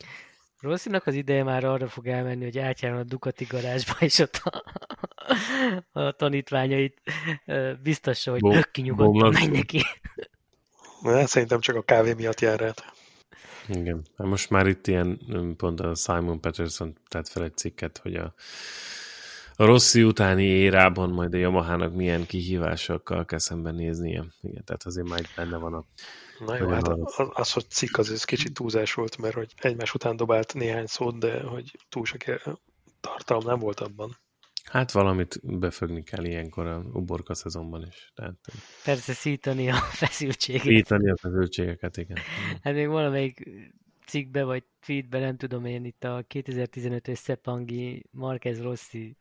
S2: Rossinak az ideje már arra fog elmenni, hogy átjárjon a Ducati garázsba, (laughs) és ott a, a tanítványait ö, biztassa, hogy
S1: Bom-
S2: lökki nyugodtan,
S1: bomlott.
S2: menj neki.
S3: Na, hát szerintem csak a kávé miatt jár át.
S1: Igen. Hát Most már itt ilyen öm, pont a Simon Patterson tett fel egy cikket, hogy a, a Rossi utáni érában majd a Yamahának milyen kihívásokkal kell szembenéznie. Igen, tehát azért már itt benne van a...
S3: Na jó,
S1: Nagyon
S3: hát
S1: rossz.
S3: az, az, hogy cikk, az ez kicsit túlzás volt, mert hogy egymás után dobált néhány szót, de hogy túl sok e- tartalom nem volt abban.
S1: Hát valamit befögni kell ilyenkor a uborka szezonban is. Tehát
S2: Persze szítani a feszültséget.
S1: ítani a feszültségeket, igen.
S2: Hát még valamelyik cikkbe vagy tweetbe, nem tudom én, itt a 2015-ös Szepangi Marquez Rossi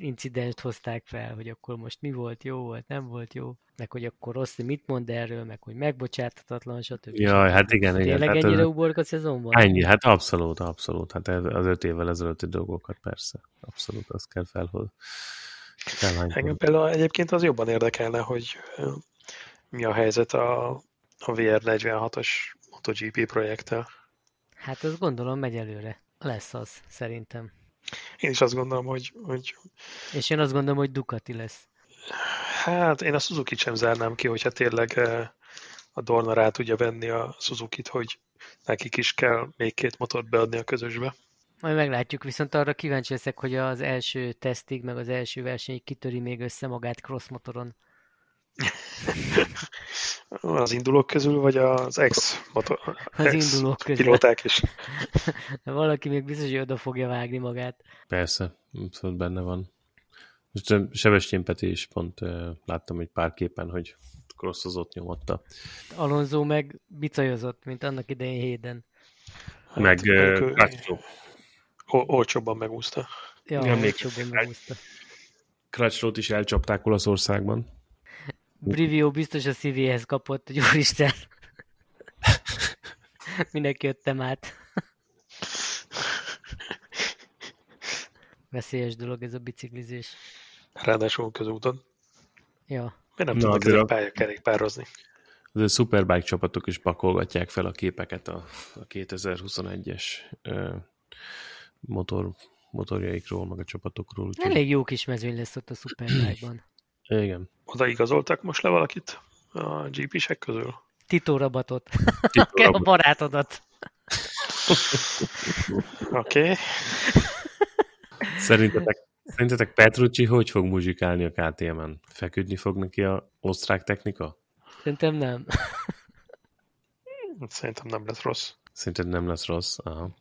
S2: incidenst hozták fel, hogy akkor most mi volt, jó volt, nem volt jó, meg hogy akkor Rossi mit mond erről, meg hogy megbocsátatatlan, stb.
S1: Jaj, hát igen, igen.
S2: Tényleg
S1: Tehát
S2: ennyire
S1: ez,
S2: uborka szezonban?
S1: ennyi, hát abszolút, abszolút. Hát ez- az öt évvel ezelőtti dolgokat persze. Abszolút, azt kell felhoz.
S3: Engem
S1: Felhánykodni.
S3: például egyébként az jobban érdekelne, hogy ö, mi a helyzet a, a VR46-os MotoGP projekttel.
S2: Hát azt gondolom megy előre. Lesz az, szerintem.
S3: Én is azt gondolom, hogy, hogy
S2: És én azt gondolom, hogy Ducati lesz.
S3: hát én a suzuki sem zárnám ki, hogyha tényleg ö, a Dorna rá tudja venni a Suzuki-t, hogy nekik is kell még két motort beadni a közösbe.
S2: Majd meglátjuk, viszont arra kíváncsi leszek, hogy az első tesztig, meg az első versenyig kitöri még össze magát cross motoron.
S3: Az indulók közül, vagy az ex, motor,
S2: Az
S3: ex
S2: indulók közül.
S3: pilóták is?
S2: Valaki még biztos, hogy oda fogja vágni magát.
S1: Persze, abszolút benne van. Most ö, Sebestyén Peti is pont ö, láttam egy pár képen, hogy crossozott nyomotta.
S2: Alonso meg bicajozott, mint annak idején Héden.
S3: Hát,
S1: Meg
S3: ők,
S1: ö,
S3: ö,
S1: Crutchlow.
S3: ol- olcsóbban megúszta.
S2: Ja,
S1: Ja,
S2: ja
S1: még-
S2: még jobban megúszta.
S1: Crutchlow-t is elcsapták Olaszországban.
S2: Brivio biztos a szívéhez kapott, hogy úristen. (laughs) Minek jöttem át. Veszélyes dolog ez a biciklizés.
S3: Ráadásul közúton.
S2: Ja,
S3: Miért nem
S1: Na,
S3: tudnak
S1: azért
S3: ezen
S1: a-
S3: pályakerékpározni?
S1: Az a Superbike csapatok is pakolgatják fel a képeket a, a 2021-es ö, motor, motorjaikról, meg a csapatokról. úgyhogy-
S2: elég jó kis mezőny lesz ott a Superbike-ban.
S1: Igen.
S3: Oda igazoltak most le valakit a GP-sek közül?
S2: Tito Rabatot.
S1: Tito
S2: Kell a
S1: Rabat.
S2: barátodat.
S3: Oké. Okay.
S1: Szerintetek, szerintetek Petrucci hogy fog muzsikálni a KTM-en? Feküdni fog neki a osztrák technika?
S2: Szerintem nem.
S3: Szerintem nem lesz rossz.
S1: Szerinted nem lesz rossz. Aha.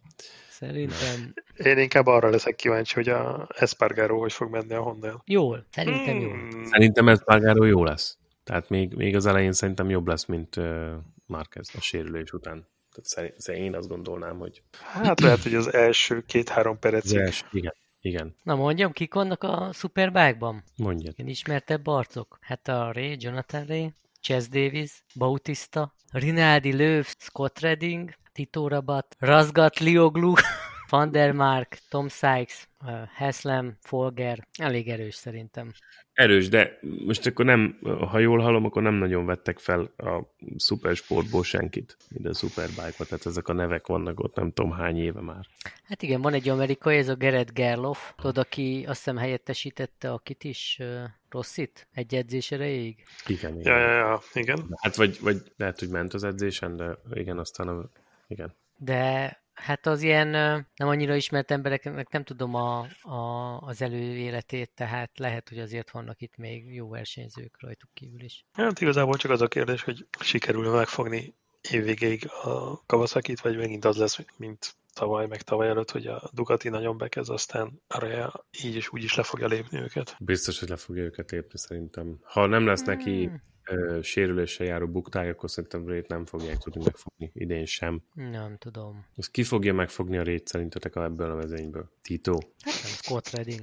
S2: Szerintem
S3: Én inkább arra leszek kíváncsi, hogy a Espargaró hogy fog menni a honda
S2: jól. Szerintem jól.
S3: Hmm.
S1: Szerintem ez Págáró jó lesz. Tehát még, még az elején szerintem jobb lesz, mint uh, Márquez a sérülés után. Tehát szerint, szerint én azt gondolnám, hogy
S3: Hát lehet, hogy az első két-három percig.
S1: Yes. igen, igen,
S2: Na mondjam, kik vannak a Superbike-ban?
S1: mondjad.
S2: Ilyen ismertebb arcok. Hát a Ray, Jonathan Ray, Chess Davis, Bautista, Rinaldi Löw, Scott Redding, Tito Rabat, Razgat Lioglu, (laughs) Van der Mark, Tom Sykes, eh, Haslem, Folger. Elég erős szerintem.
S1: Erős, de most akkor nem, ha jól hallom, akkor nem nagyon vettek fel a szupersportból senkit, mint a szuperbike tehát ezek a nevek vannak ott, nem tudom hány éve már.
S2: Hát igen, van egy amerikai, ez a Gerett Gerloff, tudod, aki azt hiszem helyettesítette akit is, eh, Rossit, egy edzés erejéig.
S1: Igen,
S3: Ja,
S1: igen.
S3: ja, ja, igen.
S1: Hát vagy, vagy lehet, hogy ment az edzésen, de igen, aztán a, igen.
S2: De hát az ilyen ö, nem annyira ismert embereknek nem tudom a, a, az előéletét, tehát lehet, hogy azért vannak itt még jó versenyzők rajtuk kívül is.
S3: Hát igazából csak az a kérdés, hogy sikerül megfogni évvégéig a kawasaki vagy megint az lesz, mint tavaly, meg tavaly előtt, hogy a Ducati nagyon bekez, aztán arra így is úgy is le fogja lépni őket.
S1: Biztos, hogy le fogja őket lépni szerintem. Ha nem lesz neki
S2: Hmm,
S1: ö, sérüléssel járó buktája, akkor szerintem rét nem fogják tudni megfogni idén sem.
S2: nem tudom.
S1: Ezt ki fogja megfogni a rét szerintetek ebből a mezőnyből? Tito?
S2: Hát nem Scott Redding.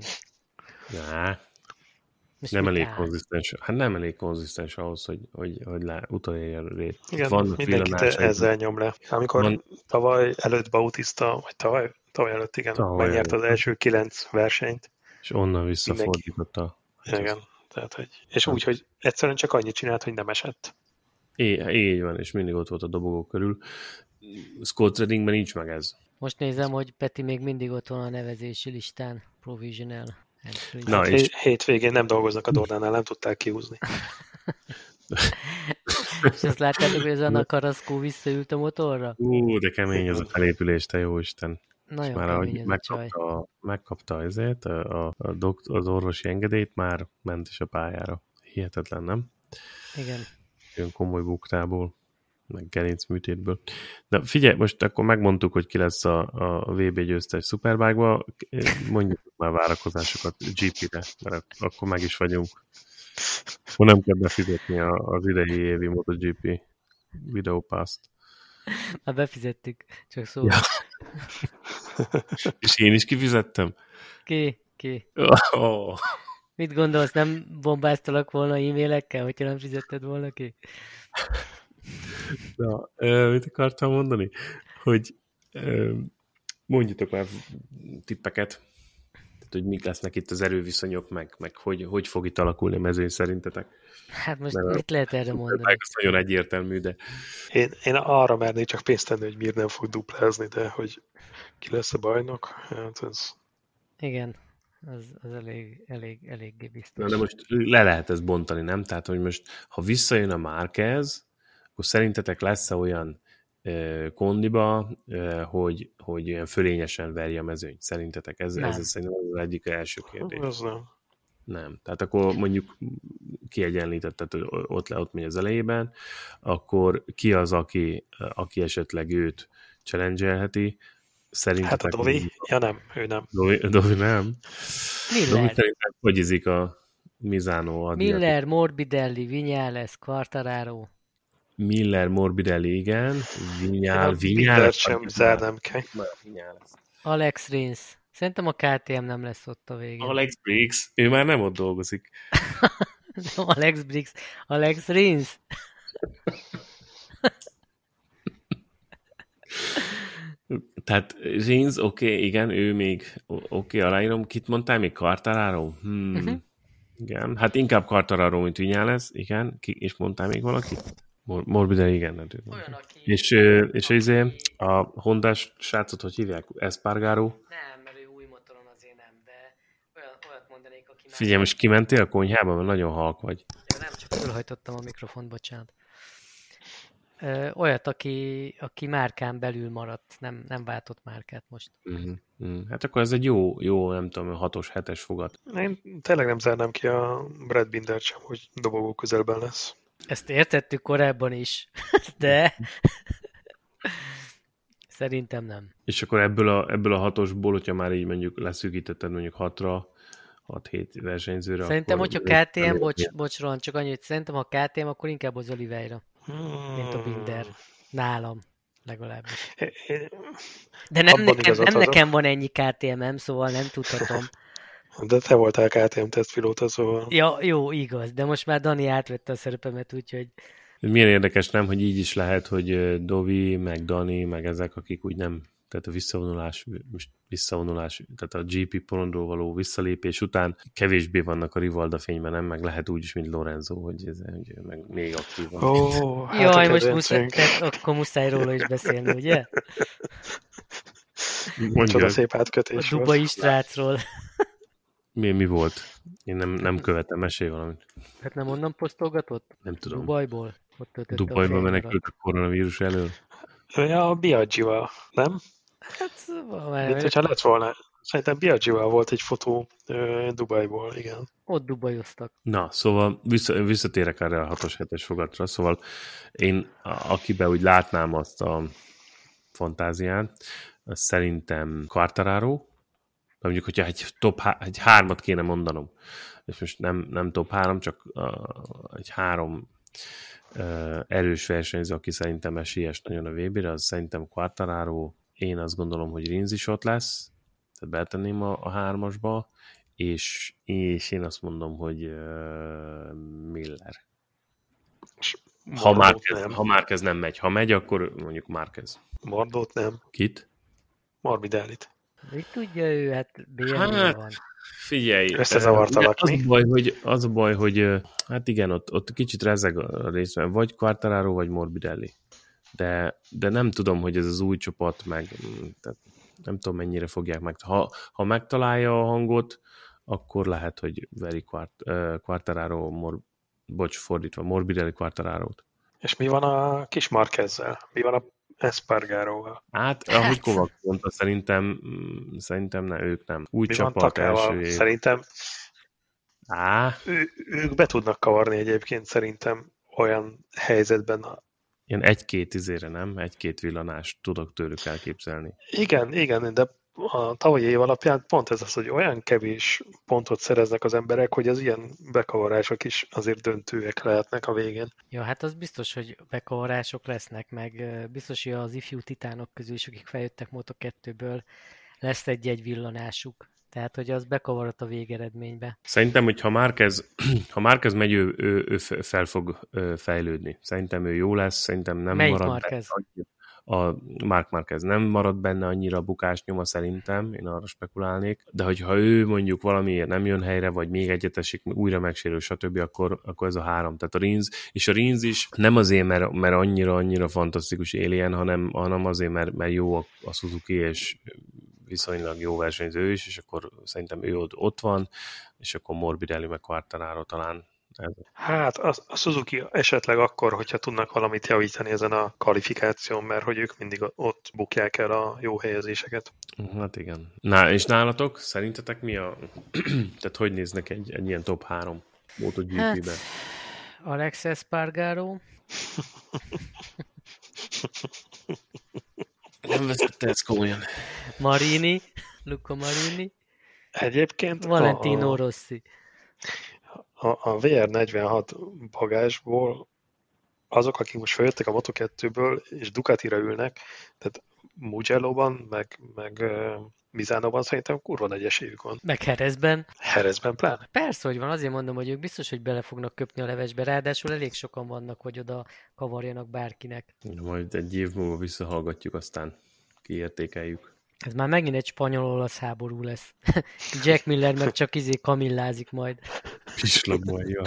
S1: Nah.
S2: Most
S1: Nem
S2: mit
S1: elég
S2: áll?
S1: konzisztens, hát nem elég konzisztens ahhoz, hogy, hogy, hogy lá, utolérje a rét.
S3: Igen,
S1: Vannak
S3: mindenkit
S1: villanásai.
S3: ezzel nyom le. Amikor
S1: Van-
S3: tavaly előtt Bautista, vagy tavaly, tavaly előtt, igen,
S1: Tavaly
S3: megnyert az
S1: előtt.
S3: első kilenc versenyt.
S1: És onnan visszafordította. Hát
S3: Igen. Tehát, hogy, és úgy, hogy egyszerűen csak annyit csinált, hogy nem esett.
S1: É, így van, és mindig ott volt a dobogó körül. Scott Reddingben nincs meg ez.
S2: Most nézem, hogy Peti még mindig ott van a nevezési listán. Provisional. entry.
S1: Na,
S3: Hát
S1: és-
S3: hé- Hétvégén nem dolgoznak a Dornánál, nem tudták kihúzni.
S2: És azt láttátok, hogy az Anna Karaszkó visszaült a motorra?
S1: Ú, de kemény az a felépülés, te jó Isten. És
S2: Nagyon
S1: már
S2: kemény
S1: ahogy
S2: ez a csaj.
S1: megkapta, a- megkapta ezért, a, a dokt, az orvosi engedélyt, már ment is a pályára. Hihetetlen, nem?
S2: Igen.
S1: Olyan komoly buktából, meg gerincműtétből. De figyelj, most akkor megmondtuk, hogy ki lesz a, a VB győztes Superbike-ba, mondjuk (laughs) már várakozásokat GP-re, mert akkor meg is vagyunk. Akkor nem kell befizetni a- az idei évi MotoGP videópászt.
S2: Már hát befizettük. Csak szóval.
S1: És én is (laughs) kifizettem?
S2: Ki? Ki?
S1: Oh.
S2: Mit gondolsz, nem bombáztalak volna e-mailekkel, hogyha nem fizetted volna ki?
S1: Na, ö, mit akartam mondani? Hogy ö, mondjatok már tippeket, tehát, hogy mik lesznek itt az erőviszonyok, meg, meg hogy, hogy fog itt alakulni a mezőny szerintetek.
S2: Hát most
S1: Nem.
S2: mit lehet erre mondani?
S1: Meg az nagyon egyértelmű, de
S3: Én, én arra mernék csak pénzt tenni, hogy miért nem fog duplázni, de hogy ki lesz a bajnok, hát ez
S2: Igen, az, az elég, elég, eléggé
S1: Na
S2: biztos.
S1: de most le lehet ezt bontani, nem? Tehát, hogy most, ha visszajön a Márquez, akkor szerintetek lesz -e olyan ö, kondiba, ö, hogy, hogy olyan fölényesen verje a mezőnyt? Szerintetek? Ez,
S2: Nem.
S1: ez szerintem az egyik első kérdés.
S3: az nem.
S1: Nem. Tehát akkor mondjuk kiegyenlített, tehát ott, le, ott megy az elejében, akkor ki az, aki, aki esetleg őt challenge-elheti?
S3: Hát a
S1: Szerintetek
S3: Dovi, ja nem, ő nem.
S1: Dovi, Dovi nem. Dovi
S2: Miller,
S1: szerintem hogy izik a Mizánó Adriatic?
S2: Miller, Morbidelli, Vinyales, Quartararo.
S1: Miller Morbidelli, igen. Vinyál,
S3: Én a
S1: Vinyál.
S3: Bittert sem zárnám ki.
S2: Alex Rins. Szerintem a KTM nem lesz ott a végén. Alex,
S1: Alex Briggs, ő már nem ott dolgozik.
S2: (laughs) Alex Briggs, Alex Rins.
S1: Tehát Rins, oké, okay, igen, ő még, o- oké, okay, aláírom. Kit mondtál még? Quartararo? Hmm.
S2: Mhm.
S1: Uh-huh. Igen, hát inkább Quartararo, mint Vinyales, igen. Ki, és mondtál még valakit? Mor- Morbidelli, igen. Nem tudom.
S2: aki...
S1: És, ö, és izé, a hondás srácot, hogy hívják? Espargaro?
S2: Nem, mert ő új motoron azért nem, de olyan, olyat mondanék, aki már...
S1: Figyelj, most kimentél a konyhába, mert nagyon halk vagy.
S2: Ja, nem, csak fölhajtottam a mikrofont, bocsánat. Ö, olyat, aki, aki márkán belül maradt, nem, nem váltott márkát most.
S1: Uh-huh. Mm. Hát akkor ez egy jó, jó, nem tudom, hatos, hetes fogat.
S3: Én tényleg nem zárnám ki a Brad Binder sem, hogy dobogó közelben lesz.
S2: Ezt értettük korábban is, (laughs) de szerintem nem.
S1: És akkor ebből a, ebből a hatosból, hogyha már így mondjuk leszűkítetted mondjuk hatra, 6-7 versenyzőre.
S2: Szerintem,
S1: akkor-
S2: hogyha KTM, bocs, bocs Roland, csak annyit, szerintem ha KTM, akkor inkább az Oliveira,
S3: Hmm.
S2: mint a Binder. Nálam legalábbis.
S3: É- é-
S2: De nem,
S3: Abban
S2: nekem,
S3: igazad
S2: nem
S3: adok.
S2: nekem van ennyi KTM-em, szóval nem tudhatom.
S3: De te voltál KTM tesztpilóta, szóval
S2: Ja, jó, igaz, de most már Dani átvette a szerepemet, úgyhogy
S1: Milyen érdekes, nem, hogy így is lehet, hogy ö, Dovi, meg Dani, meg ezek, akik úgy nem, tehát a visszavonulás, most visszavonulás, tehát a GP porondról való visszalépés után kevésbé vannak a Rivalda fényben, nem, meg lehet úgy is, mint Lorenzo, hogy ez hogy ő meg még aktívabb.
S3: Ó,
S1: Oh.
S3: hát a
S2: Jaj, most muszáj,
S3: kedvencünk.
S2: tehát akkor muszáj róla is beszélni,
S1: (laughs)
S2: ugye?
S1: Mondja,
S3: Csoda szép
S2: A
S3: átkötés volt.
S2: dubai srácról.
S1: mi, mi volt? Én nem, nem követem, mesélj valamit.
S2: Hát nem onnan posztolgatott?
S1: Nem tudom.
S2: Dubajból? Ott töltötte a
S1: Dubajban
S2: fél
S1: menekült
S2: órát.
S1: a koronavírus elől.
S3: Ja, a Biaggival, nem?
S2: Hát,
S3: Mint
S2: valami-
S3: hogyha lett volna. Szerintem Biaggival volt egy fotó ö, Dubajból, igen.
S2: ott dubajoztak.
S1: Na, szóval vissza, visszatérek erre a 6-os 7-es fogatra, szóval én, a- akiben úgy látnám azt a fantáziát, az szerintem Quartararo, de mondjuk, hogyha egy top há- egy hármat kéne mondanom, és most nem, nem top három, csak uh, egy három uh, erős versenyző, aki szerintem esélyes nagyon a VB-re, az szerintem Quartararo, én azt gondolom, hogy Rinz is ott lesz, tehát betenném a, a hármasba, és, és én azt mondom, hogy uh, Miller. Ha
S3: Mardót
S1: már, kezd,
S3: nem.
S1: ha már kezd nem megy, ha megy, akkor mondjuk már kezd.
S3: Mardót nem.
S1: Kit?
S3: Marbidellit.
S2: Mit tudja ő? Hát bm
S1: Hát,
S2: van.
S1: Figyelj,
S3: Összezavartalak,
S1: az
S3: mi?
S1: a baj, hogy, az a baj, hogy ö, hát igen, ott, ott kicsit rezeg a részben, vagy Quartararo, vagy Morbidelli. De, de nem tudom, hogy ez az új csapat, meg mm, tehát nem tudom, mennyire fogják meg. Ha, ha megtalálja a hangot, akkor lehet, hogy veri Quart, ö, Quartararo, Mor, bocs, fordítva, Morbidelli Quartararo-t.
S3: És mi van a kis Marquezzel? Mi van a Espargaróval?
S1: Hát,
S2: Hát.
S1: ahogy Kovacs mondta, szerintem, mm, szerintem ne, ők nem. Új
S3: Mi van
S1: csapat első
S3: Takával?
S1: év.
S3: Szerintem
S1: Á,
S3: ő, ők be tudnak kavarni egyébként szerintem olyan helyzetben.
S1: ilyen egy-két izére, nem? Egy-két villanást tudok tőlük elképzelni.
S3: Igen, igen, de a tavalyi év alapján pont ez az, hogy olyan kevés pontot szereznek az emberek, hogy az ilyen bekavarások is azért döntőek lehetnek a végén.
S2: Ja, hát az biztos, hogy bekavarások lesznek, meg ö, biztos, hogy az ifjú titánok közül is, akik feljöttek Moto2-ből, lesz egy-egy villanásuk. Tehát, hogy az bekavarat a végeredménybe.
S1: Szerintem, hogy ha Márkez, (clears throat) ha Márkez megy, ő, ő, ő fe- fel fog ö, fejlődni. Szerintem ő jó lesz, szerintem nem
S2: Melyik
S1: marad
S2: Márquez?
S1: benne annyira. A Mark Márkez nem marad benne annyira a bukás nyoma szerintem, én arra spekulálnék, de hogyha ő mondjuk valamiért nem jön helyre, vagy még egyet esik, újra megsérül, stb., akkor, akkor ez a három, tehát a Rinz, és a Rinz is nem azért, mert, mert annyira-annyira fantasztikus alien, hanem, hanem azért, mert, mert jó a, a Suzuki, és viszonylag jó versenyző is, és akkor szerintem ő ott, ott van, és akkor Morbidelli meg Quartararo talán Ez.
S3: Hát a, a Suzuki esetleg akkor, hogyha tudnak valamit javítani ezen a kvalifikáción, mert hogy ők mindig ott bukják el a jó helyezéseket.
S1: Hát igen. Na, és nálatok szerintetek mi a... (clears throat) Tehát hogy néznek egy, egy ilyen top 3 MotoGP-ben?
S2: Hát, Alex Espargaro,
S1: Nem vezette ezt komolyan.
S2: Marini, Luca Marini,
S3: Egyébként
S2: Valentino
S3: a,
S2: Rossi.
S3: a, a VR46 bagásból azok, akik most feljöttek a Moto2-ből és Ducatira ülnek, tehát Mugello-ban, meg, meg ö, Mizánóban szerintem kurva nagy esélyük van.
S2: Meg Herezben.
S3: Herezben pláne.
S2: Persze, hogy van, azért mondom, hogy ők biztos, hogy bele fognak köpni a levesbe, ráadásul elég sokan vannak, hogy oda kavarjanak bárkinek.
S1: Majd egy év múlva visszahallgatjuk, aztán kiértékeljük.
S2: Ez már megint egy spanyol-olasz háború lesz. (laughs) Jack Miller meg csak izé kamillázik majd.
S1: Pislogolja.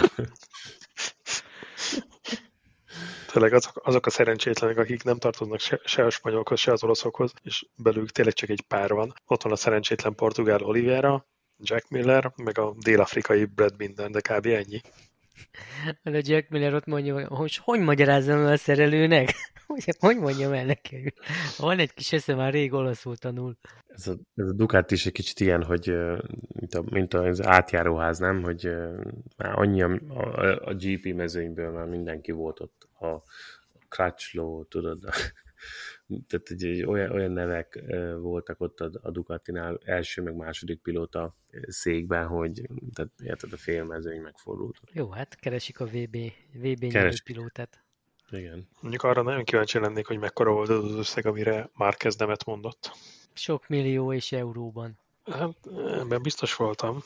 S3: Tényleg azok, azok a szerencsétlenek, akik nem tartoznak se, se a spanyolokhoz, se az olaszokhoz, és belőlük tényleg csak egy pár van. Ott van a szerencsétlen portugál Oliveira, Jack Miller, meg a dél-afrikai Brad Binder, de kb. ennyi.
S2: Mert Hát, a Jack Miller ott mondja, hogy hogy, hogy magyarázzam el a szerelőnek? (laughs) Hogy, hogy mondjam el neki? hogy Van egy kis esze, már rég olaszul tanul.
S1: Ez a, ez a Ducati is egy kicsit ilyen, hogy ö, mint, a, mint az átjáróház, nem? Hogy ö, már annyi a, a, a GP mezőnyből már mindenki volt ott. A Crutchlow, tudod, a, (laughs) tehát egy, egy olyan, olyan nevek ö, voltak ott a, a Ducatinál első meg második pilóta székben, hogy tehát érted, a fél mezőny megfordult.
S2: Jó, hát keresik a VB, VB nyerő
S1: Keresik.
S2: pilótát.
S1: Igen.
S3: Mondjuk arra nagyon kíváncsi lennék, hogy mekkora volt az az összeg, amire már kezdemet mondott.
S2: Sok millió és euróban.
S3: Hát, ebben biztos voltam.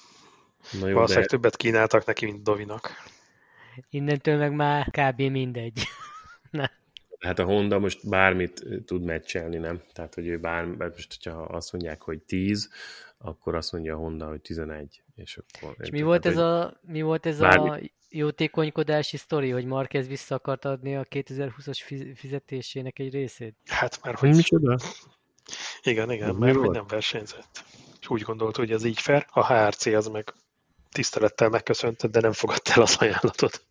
S1: Na jó,
S3: Valószínűleg
S1: de,
S3: többet kínáltak neki, mint Dovinak.
S2: Innentől meg már kb. mindegy. Na,
S1: hát a Honda most bármit ö, tud meccselni, nem? Tehát, hogy ő bár, most, hogyha azt mondják, hogy 10, akkor azt mondja a Honda, hogy 11. És, akkor,
S2: és mi volt, ez
S1: tehát,
S2: a, mi volt ez a
S1: Bármi.
S2: jótékonykodási sztori, hogy Marquez vissza akart adni a 2020-as fiz- fizetésének egy részét?
S3: Hát már
S1: hogy...
S3: hogy...
S1: Hogy micsoda? (laughs)
S3: Igen, igen,
S1: Ez
S3: mert
S1: mi
S3: hogy
S1: volt?
S3: nem versenyzett. És úgy gondolt, hogy ez így fair. A HRC az meg tisztelettel megköszönte, de nem fogadta el az ajánlatot.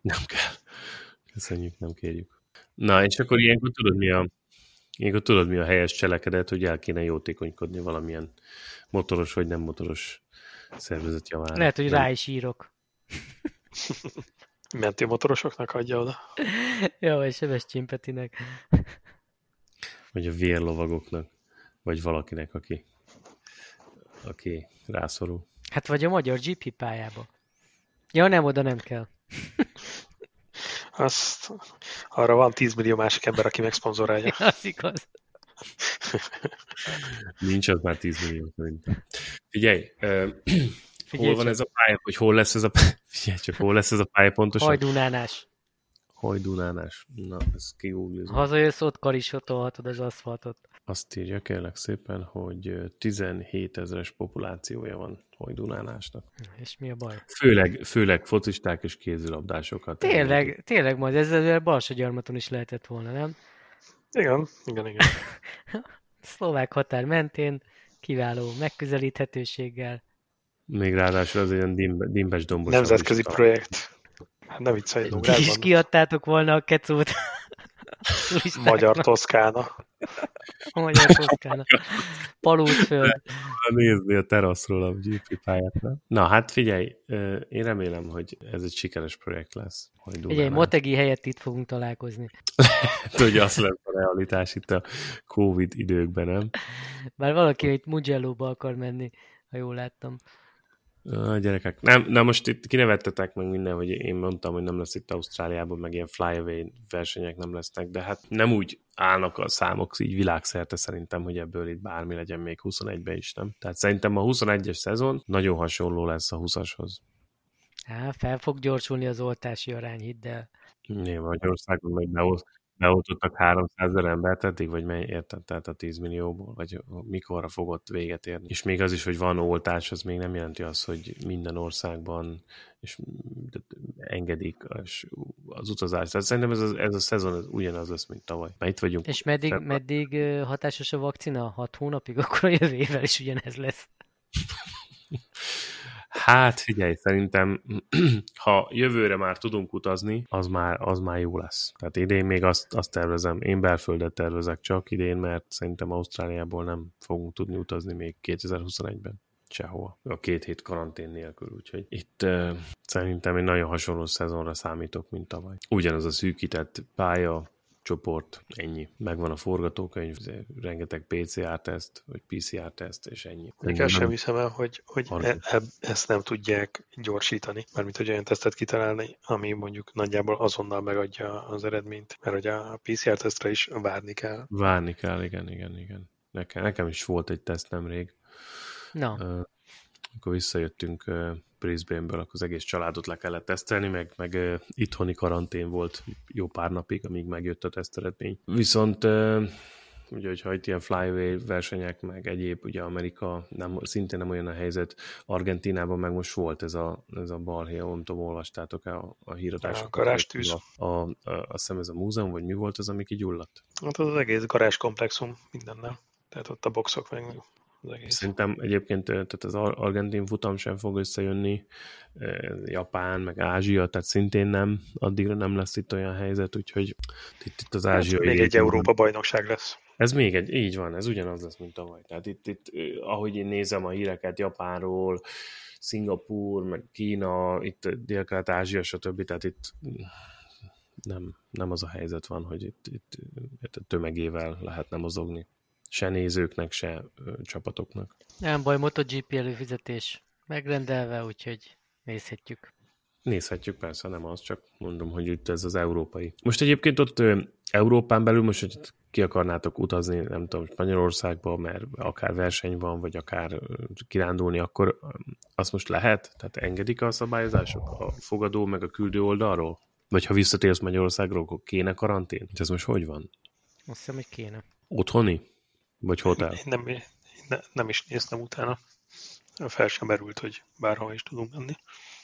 S1: Nem kell. Köszönjük, nem kérjük. Na, és akkor ilyenkor tudod, mi a, ilyenkor tudod, mi a helyes cselekedet, hogy el kéne jótékonykodni valamilyen motoros vagy nem motoros szervezet javára.
S2: Lehet, hogy
S1: Hát, Nem.
S2: rá is írok. (laughs)
S3: Menti a motorosoknak adja oda.
S2: Jó, és Sebestyén Petinek.
S1: Vagy a vérlovagoknak, vagy valakinek, aki, aki rászorul.
S2: Hát vagy a magyar GP pályába. Ja, nem, oda nem kell.
S3: Azt arra van 10 millió másik ember,
S2: (laughs)
S3: aki megszponzorálja.
S2: Az igaz.
S1: Nincs az már 10 millió szerintem. Figyelj, ö, (clears throat)
S2: Figyelj
S1: hol van
S2: csak.
S1: ez a pálya, hogy hol lesz ez a pálya, (laughs) figyelj csak, hol lesz ez a pálya pontosan?
S2: Hajdunánás.
S1: Hajdunánás. Na, ez kigooglizom.
S2: Ha hazajössz, ott karisotolhatod az aszfaltot.
S1: Azt írja kérlek szépen, hogy ö, 17 ezeres populációja van Hajdunánásnak.
S2: És mi a baj?
S1: Hát, Főleg, főleg focisták és kézilabdásokat.
S2: Tényleg, tényleg majd ezzel Balsagyarmaton is lehetett volna, nem?
S3: Igen, igen, igen.
S2: Szlovák határ mentén, kiváló megközelíthetőséggel.
S1: Még ráadásul az egy ilyen dimbe, dimbes dombos.
S3: Nemzetközi
S1: ahol is-
S3: projekt. Hát nem viccelj,
S1: Ti
S2: Ti is
S3: Nógrádban.
S2: kiadtátok volna a kecót. A listáknak.
S3: Magyar Toszkána.
S2: A Magyar Toszkána. Palútföld.
S1: nézni a teraszról a GP pályát. nem? Na hát figyelj, ö, én remélem, hogy ez egy sikeres projekt lesz.
S2: Figyelj,
S1: Hajdunánás.
S2: Motegi helyett itt fogunk találkozni.
S1: (laughs) hogy az lesz a realitás itt a Covid időkben, nem?
S2: Bár valaki itt Mugello-ba akar menni, ha jól láttam.
S1: A gyerekek. Nem, na most itt kinevettetek meg minden, hogy én mondtam, hogy nem lesz itt Ausztráliában, meg ilyen flyaway versenyek nem lesznek, de hát nem úgy állnak a számok így világszerte szerintem, hogy ebből itt bármi legyen még 21-ben is, nem? Tehát szerintem a 21-es szezon nagyon hasonló lesz a 20-ashoz.
S2: Á, fel fog gyorsulni az oltási arány, hidd el.
S1: Nyilván Magyarországon meg beolt, beoltottak 300 ezer embert eddig, vagy mennyi érted, tehát a 10 millióból, vagy mikorra fogott véget érni. És még az is, hogy van oltás, az még nem jelenti azt, hogy minden országban és tehát engedik és az utazást. Tehát szerintem ez a, ez a szezon ez ugyanaz lesz, mint tavaly. Már itt vagyunk.
S2: És meddig,
S1: Február.
S2: meddig ö, hatásos (laughs) a vakcina? Hat hónapig? Akkor a jövő évvel is ugyanez lesz.
S1: Hát figyelj, szerintem (clears throat) ha jövőre már tudunk utazni, az már, az már jó lesz. Tehát idén még azt, azt tervezem, én belföldet tervezek csak idén, mert szerintem Ausztráliából nem fogunk tudni utazni még 2021-ben sehova. A két hét karantén nélkül, úgyhogy itt uh, szerintem egy nagyon hasonló szezonra számítok, mint tavaly. Ugyanaz a szűkített pálya, csoport, ennyi. Megvan a forgatókönyv, rengeteg PCR-teszt, vagy PCR-teszt, és ennyi.
S3: Még el sem hiszem el, hogy, hogy e, e, ezt nem tudják gyorsítani, mármint hogy olyan tesztet kitalálni, ami mondjuk nagyjából azonnal megadja az eredményt, mert hogy a PCR-tesztre is várni kell.
S1: Várni kell, igen, igen, igen. Nekem, nekem is volt egy teszt nemrég.
S2: Na.
S1: No. Uh, amikor visszajöttünk uh, Brisbaneből, akkor az egész családot le kellett tesztelni, meg, meg uh, itthoni karantén volt jó pár napig, amíg megjött a teszteredmény. Viszont uh, ugye, hogyha itt ilyen flyway versenyek, meg egyéb, ugye Amerika nem, szintén nem olyan a helyzet, Argentinában meg most volt ez a, ez a balhé, nem tudom, olvastátok-e a, a híradásokat?
S3: A garástűz.
S1: A, a, a, azt hiszem ez a múzeum, vagy mi volt az, ami kigyulladt?
S3: Hát az, az egész garázskomplexum mindennel. Tehát ott a boxok meg az egész.
S1: Szerintem egyébként tehát az argentin futam sem fog összejönni, Japán, meg Ázsia, tehát szintén nem, addigra nem lesz itt olyan helyzet, úgyhogy itt, itt az Ázsia... Hát
S3: még egy Európa bajnokság lesz.
S1: Ez még egy, így van, ez ugyanaz lesz, mint tavaly. Tehát itt, itt ahogy én nézem a híreket Japánról, Szingapúr, meg Kína, itt Dél-Kelet-Ázsia, stb. Tehát itt nem, nem az a helyzet van, hogy itt, itt, itt tömegével lehetne mozogni se nézőknek, se ö, csapatoknak.
S2: Nem baj, MotoGP előfizetés megrendelve, úgyhogy nézhetjük.
S1: Nézhetjük, persze, nem az, csak mondom, hogy itt ez az európai. Most egyébként ott ö, Európán belül, most hogy ki akarnátok utazni, nem tudom, Spanyolországba, mert akár verseny van, vagy akár kirándulni, akkor azt most lehet? Tehát engedik a szabályozások a fogadó meg a küldő oldalról? Vagy ha visszatérsz Magyarországról, akkor kéne karantén? Ez most hogy van?
S2: Azt hiszem, hogy kéne.
S1: Otthoni? Vagy hotel?
S3: Én nem, én ne, nem is néztem utána. Fel sem merült, hogy bárhol is tudunk (laughs) menni.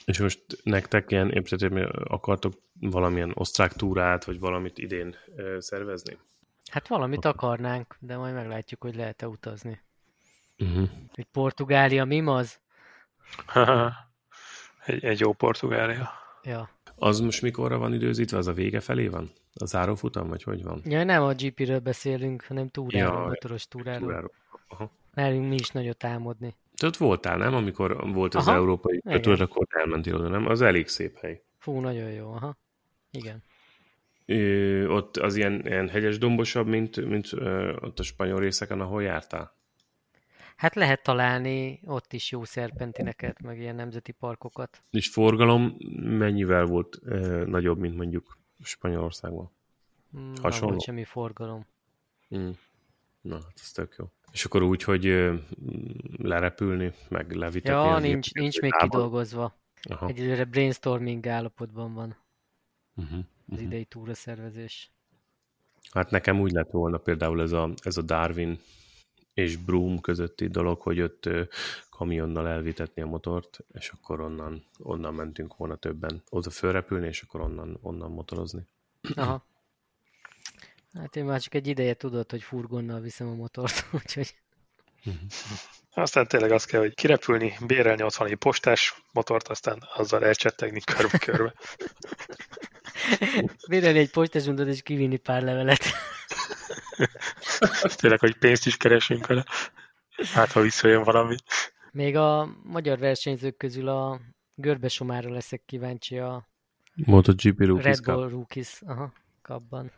S1: És most nektek ilyen éptetében akartok valamilyen osztrák túrát, vagy valamit idén ö, szervezni?
S2: Hát valamit akarnánk, de majd meglátjuk, hogy lehet-e utazni. Uh-huh. Egy Portugália mi az?
S3: egy, egy jó Portugália.
S2: Ja.
S1: Az most mikorra van időzítve? Az a vége felé van? A zárófutam, vagy hogy van?
S2: Ja, nem a GP-ről beszélünk, hanem túráról, ja, motoros túráról. túráról. Aha. Merünk mi is nagyot álmodni.
S1: Te ott voltál, nem? Amikor volt az aha. európai ötöd, akkor elmentél oda, nem? Az elég szép hely.
S2: Fú, nagyon jó, aha. Igen.
S1: Ö, ott az ilyen, ilyen hegyes dombosabb, mint, mint ö, ott a spanyol részeken, ahol jártál?
S2: Hát lehet találni ott is jó szerpentineket, meg ilyen nemzeti parkokat.
S1: És forgalom mennyivel volt e, nagyobb, mint mondjuk Spanyolországban?
S2: Mm, Hasonló? Nem volt semmi forgalom.
S1: Mm.
S2: Hmm.
S1: Na, hát ez tök jó. És akkor úgy, hogy ö, lerepülni, meg levitetni.
S2: Ja, nincs, gépet, nincs még távol. kidolgozva.
S1: Mhm,
S2: Aha. Egyelőre brainstorming állapotban van
S1: uh-huh, uh-huh.
S2: az idei túraszervezés.
S1: Hát nekem úgy lett volna például ez a, ez a Darwin és Broom közötti dolog, hogy ott kamionnal elvitetni a motort, és akkor onnan, onnan mentünk volna többen oda fölrepülni, és akkor onnan, onnan motorozni.
S2: Aha. Hát én már csak egy ideje tudod, hogy furgonnal viszem a motort, (laughs) úgyhogy...
S3: Aztán tényleg azt kell, hogy kirepülni, bérelni 80 év postás motort, aztán azzal elcsettegni körbe-körbe.
S2: (laughs) bérelni egy postás motort, és kivinni pár levelet.
S3: (laughs)
S2: (laughs)
S3: Tényleg, hogy pénzt is keresünk vele. Hát, ha visszajön valami.
S2: Még a magyar versenyzők közül a Görbesomára leszek kíváncsi a
S1: MotoGP Rookies
S2: Red Bull Cup. Rookies aha, kapban.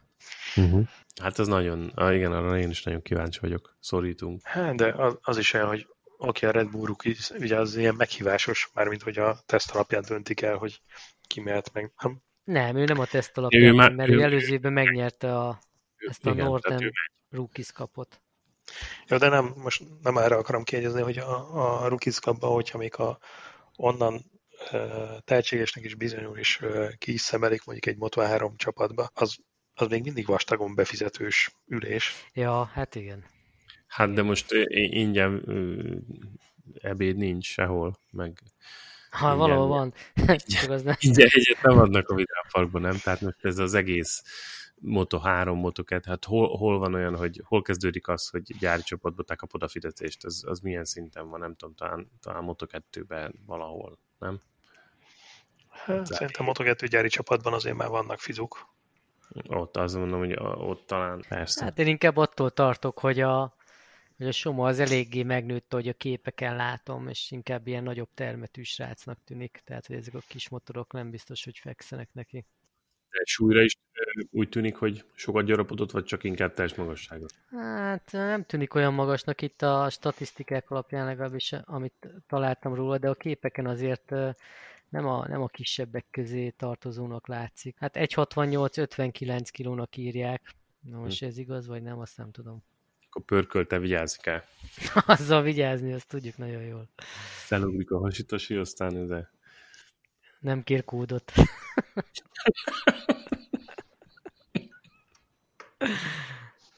S1: Uh-huh. Hát az nagyon, ah, igen, arra én is nagyon kíváncsi vagyok. Szorítunk.
S3: Hát, de az, az is olyan, hogy aki a Red Bull Rookies, ugye az ilyen meghívásos, mármint hogy a teszt alapján döntik el, hogy ki mehet meg. Hát, Nem?
S2: nem, ő nem a teszt alapján, ő már, mert ő, ő előző évben megnyerte a ezt a igen, Northern Rookies kapot.
S3: Ja, de nem, most nem erre akarom kiegyezni, hogy a, a Rookies kapban, hogyha még a, onnan e, tehetségesnek is bizonyul, és e, ki is szemelik mondjuk egy Moto3 csapatba, az, az még mindig vastagon befizetős ülés.
S2: Ja, hát igen.
S1: Hát de most ingyen ebéd nincs sehol, meg
S2: ha igen, valahol van. (laughs)
S1: Csak az nem. Ingyen egyet nem adnak a vidámparkban, nem? Tehát most ez az egész Moto3, Moto2, hát hol, hol van olyan, hogy hol kezdődik az, hogy gyári csoportba te kapod a fizetést, az, az milyen szinten van, nem tudom, talán, talán Moto2-ben valahol, nem?
S3: Hát, szerintem Moto2 gyári csapatban azért már vannak fizuk.
S1: Ott azt mondom, hogy ott talán persze.
S2: Hát én inkább attól tartok, hogy a, hogy a Soma az eléggé megnőtt, hogy a képeken látom, és inkább ilyen nagyobb termetű srácnak tűnik, tehát hogy ezek a kis motorok nem biztos, hogy fekszenek neki.
S1: De súlyra is úgy tűnik, hogy sokat gyarapodott, vagy csak inkább teljes magasságra?
S2: Hát nem tűnik olyan magasnak itt a statisztikák alapján legalábbis, amit találtam róla, de a képeken azért nem a, nem a kisebbek közé tartozónak látszik. Hát 1,68-59 kilónak írják. Na most hm. ez igaz, vagy nem, azt nem tudom (laughs)
S1: akkor pörkölte vigyázni el.
S2: Azzal vigyázni, azt tudjuk nagyon jól.
S1: Szelugrik a hasitasi, aztán de...
S2: Nem kér kódot.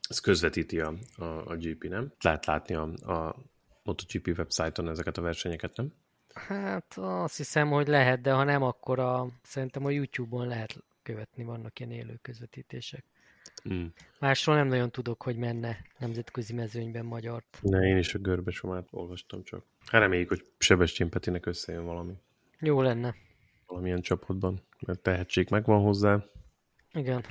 S1: Ez közvetíti a, a, a GP, nem? Lehet látni a, a MotoGP websájton ezeket a versenyeket, nem?
S2: Hát azt hiszem, hogy lehet, de ha nem, akkor a, szerintem a YouTube-on lehet követni, vannak ilyen élő közvetítések. Mm. Másról nem nagyon tudok, hogy menne nemzetközi mezőnyben magyart.
S1: Ne, én is a görbesomát olvastam csak. Hát reméljük, hogy Sebestyén Petinek összejön valami.
S2: Jó lenne.
S1: Valamilyen csapatban, mert tehetség megvan hozzá.
S2: Igen.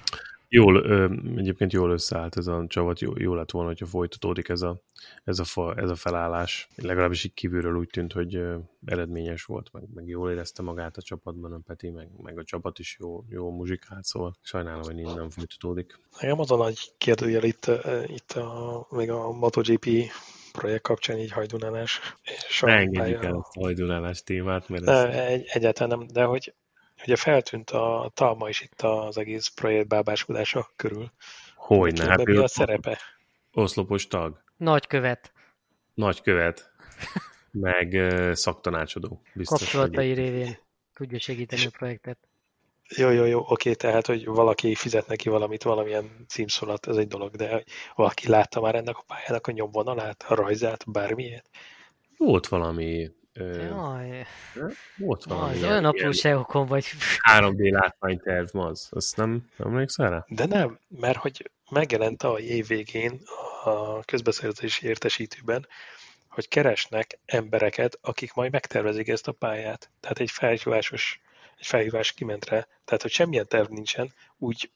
S1: Jól, ö, egyébként jól összeállt ez a csapat, jó, jó lett volna, hogyha folytatódik ez a, ez, a fa, ez a felállás. Legalábbis így kívülről úgy tűnt, hogy ö, eredményes volt, meg, meg jól érezte magát a csapatban a Peti, meg, meg a csapat is jó, jó muzsikált, szóval sajnálom, hogy innen folytatódik.
S3: Nekem az a nagy kérdőjel itt, itt a, még a MotoGP projekt kapcsán így hajdunálás.
S1: Ne engedjük el a hajdunálás témát, mert
S3: ne, ez... egy, egyáltalán nem, de hogy Ugye feltűnt a Talma is itt az egész projekt bábáskodása körül.
S1: Hogyne, hát
S3: mi a szerepe?
S1: Oszlopos tag.
S2: Nagykövet.
S1: Nagykövet. Meg uh, szaktanácsadó.
S2: Biztos, Kapcsolatai hogy... révén tudja segíteni a projektet.
S3: Jó, jó, jó, oké, tehát, hogy valaki fizet neki valamit, valamilyen címszólat, ez egy dolog, de valaki látta már ennek a pályának a nyomvonalát, a rajzát, bármilyet?
S1: Volt valami
S2: Jaj.
S1: Volt valami.
S2: Az olyan apróságokon vagy.
S1: 3D látványterv az. Azt nem emlékszel rá?
S3: De nem, mert hogy megjelent a év végén a közbeszerzési értesítőben, hogy keresnek embereket, akik majd megtervezik ezt a pályát. Tehát egy felhívásos, egy felhívás kiment rá. Tehát, hogy semmilyen terv nincsen, úgy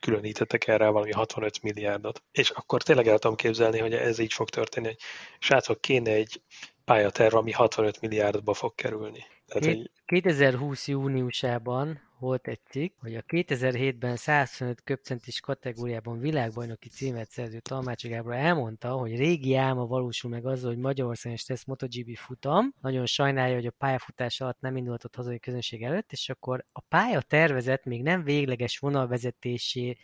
S3: különítettek erre valami 65 milliárdot. És akkor tényleg el tudom képzelni, hogy ez így fog történni, hogy srácok, kéne egy pályaterv, ami 65 milliárdba fog kerülni.
S2: Tehát, Két, hogy... 2020. júniusában volt egy cikk, hogy a 2007-ben 125 köpcentis kategóriában világbajnoki címet szerző Talmácsi Gábor elmondta, hogy régi álma valósul meg azzal, hogy Magyarországon is tesz MotoGP futam. Nagyon sajnálja, hogy a pályafutás alatt nem indult ott hazai közönség előtt, és akkor a pálya tervezet még nem végleges vonalvezetésé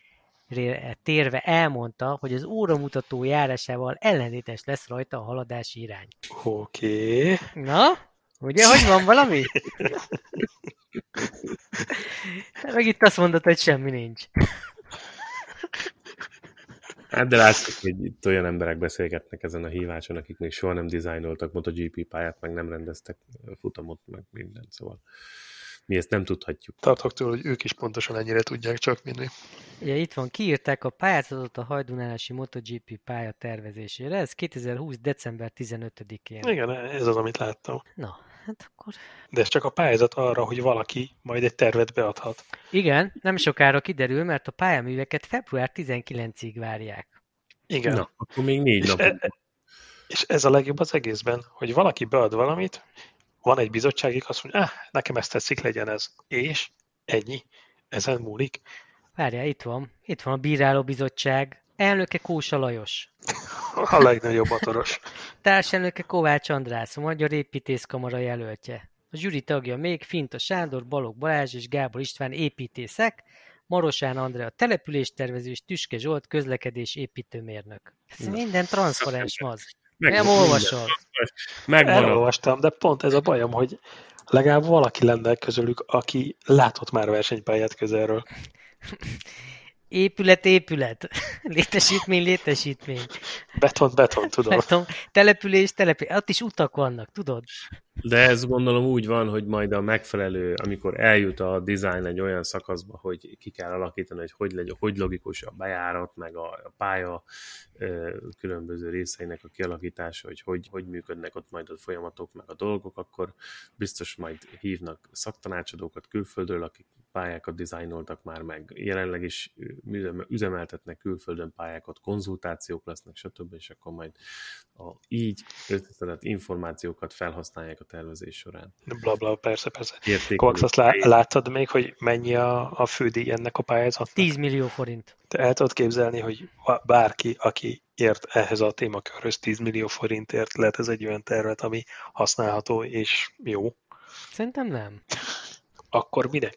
S2: térve elmondta, hogy az óramutató járásával ellentétes lesz rajta a haladási irány.
S3: Oké. Okay.
S2: Na, ugye, hogy van valami? Meg itt azt mondod, hogy semmi nincs.
S1: Hát de látszik, hogy itt olyan emberek beszélgetnek ezen a híváson, akik még soha nem dizájnoltak MotoGP pályát, meg nem rendeztek futamot, meg minden, szóval mi ezt nem tudhatjuk.
S3: Tartok tőle, hogy ők is pontosan ennyire tudják csak minni.
S2: Ugye itt van, kiírták a pályázatot a hajdunálási MotoGP pálya tervezésére, ez 2020. december 15-én.
S3: Igen, ez az, amit láttam.
S2: Na, hát akkor...
S3: De ez csak a pályázat arra, hogy valaki majd egy tervet beadhat.
S2: Igen, nem sokára kiderül, mert a pályaműveket február 19-ig várják.
S3: Igen. Na,
S1: akkor még négy
S3: és
S1: nap. E,
S3: és ez a legjobb az egészben, hogy valaki bead valamit, van egy bizottságik, azt mondja, ah, nekem ezt tetszik, legyen ez. És ennyi. Ezen múlik.
S2: Várjál, itt van. Itt van a bírálóbizottság. Elnöke Kósa Lajos.
S3: A legnagyobb (laughs) motoros.
S2: Társelnöke Kovács András, a Magyar Építészkamara jelöltje. A zsűri tagja még Finta Sándor, Balog Balázs és Gábor István építészek, Marosán Andrea településtervező és Tüske Zsolt közlekedés építőmérnök. Ez minden transzparens maz. Meg, nem olvasol.
S3: Megvan. Elolvastam, de pont ez a bajom, hogy legalább valaki lenne közülük, aki látott már versenypályát közelről.
S2: Épület, épület. (laughs) Létesítmény, létesítmény.
S3: (laughs) Beton, beton, tudom. Beton,
S2: település, település. Ott is utak vannak, tudod?
S1: De ez gondolom úgy van, hogy majd a megfelelő, amikor eljut a design egy olyan szakaszba, hogy ki kell alakítani, hogy hogy, legyen, hogy logikus a bejárat, meg a, a pálya ö, különböző részeinek a kialakítása, hogy, hogy hogy működnek ott majd a folyamatok, meg a dolgok, akkor biztos majd hívnak szaktanácsadókat külföldről, akik pályákat dizájnoltak már meg. Jelenleg is üzem, üzemeltetnek külföldön pályákat, konzultációk lesznek, stb. És akkor majd a így összeszedett információkat felhasználják a tervezés során.
S3: Bla, bla, persze, persze. Kovacs, azt lá- láttad még, hogy mennyi a, a fődíj ennek a pályázatnak?
S2: 10 millió forint.
S3: Te el tudod képzelni, hogy bárki, aki ért ehhez a témakörhöz 10 millió forintért, lehet ez egy olyan tervet, ami használható és jó?
S2: Szerintem nem.
S3: Akkor minek?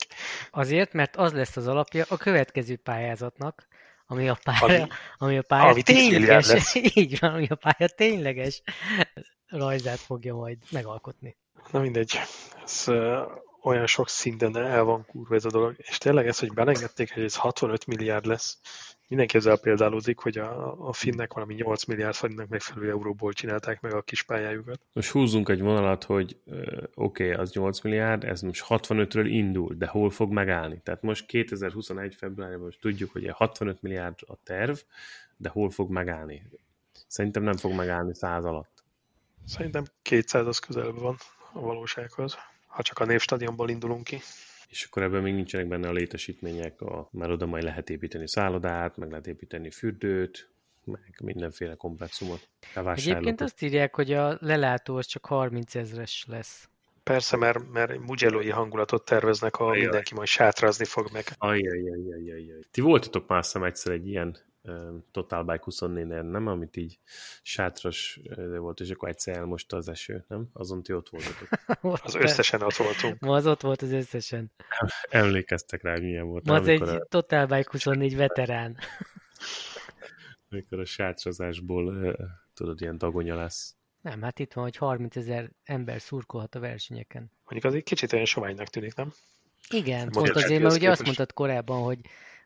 S2: Azért, mert az lesz az alapja a következő pályázatnak, ami a (laughs) pálya, ami, ami a pálya ami tényleges, (laughs) így van, ami a pálya tényleges rajzát fogja majd megalkotni.
S3: Na mindegy, ez ö, olyan sok szinten el van kurva ez a dolog, és tényleg ez, hogy belengedték, hogy ez 65 milliárd lesz, mindenki ezzel példálódik, hogy a, a finnek valami 8 milliárd forintnak megfelelő euróból csinálták meg a kis pályájukat.
S1: Most húzzunk egy vonalat, hogy oké, okay, az 8 milliárd, ez most 65-ről indul, de hol fog megállni? Tehát most 2021 februárjában most tudjuk, hogy a 65 milliárd a terv, de hol fog megállni? Szerintem nem fog megállni száz alatt.
S3: Szerintem 200 az közelebb van a valósághoz, ha csak a névstadionból indulunk ki
S1: és akkor ebben még nincsenek benne a létesítmények, a, már oda majd lehet építeni szállodát, meg lehet építeni fürdőt, meg mindenféle komplexumot.
S2: Egyébként azt írják, hogy a lelátó az csak 30 ezres lesz. (laughs)
S3: Persze, mert, mert mugello hangulatot terveznek, ahol Ajaj. mindenki majd sátrazni fog meg.
S1: Ajajajajajaj. Ti voltatok már szem egyszer egy ilyen Total Bike 24 nem? Amit így sátras volt, és akkor egyszer elmosta az eső, nem? Azon ti ott
S2: (laughs)
S1: voltatok.
S3: az összesen ott voltunk.
S2: Ma az ott volt az összesen.
S1: Emlékeztek rá, hogy milyen volt.
S2: Ma az egy a... Total Bike 24 (laughs) veterán.
S1: amikor a sátrazásból tudod, ilyen dagonya lesz.
S2: Nem, hát itt van, hogy 30 ezer ember szurkolhat a versenyeken.
S3: Mondjuk az egy kicsit olyan soványnak tűnik, nem?
S2: Igen, pont azért, mert ugye azt mondtad korábban, hogy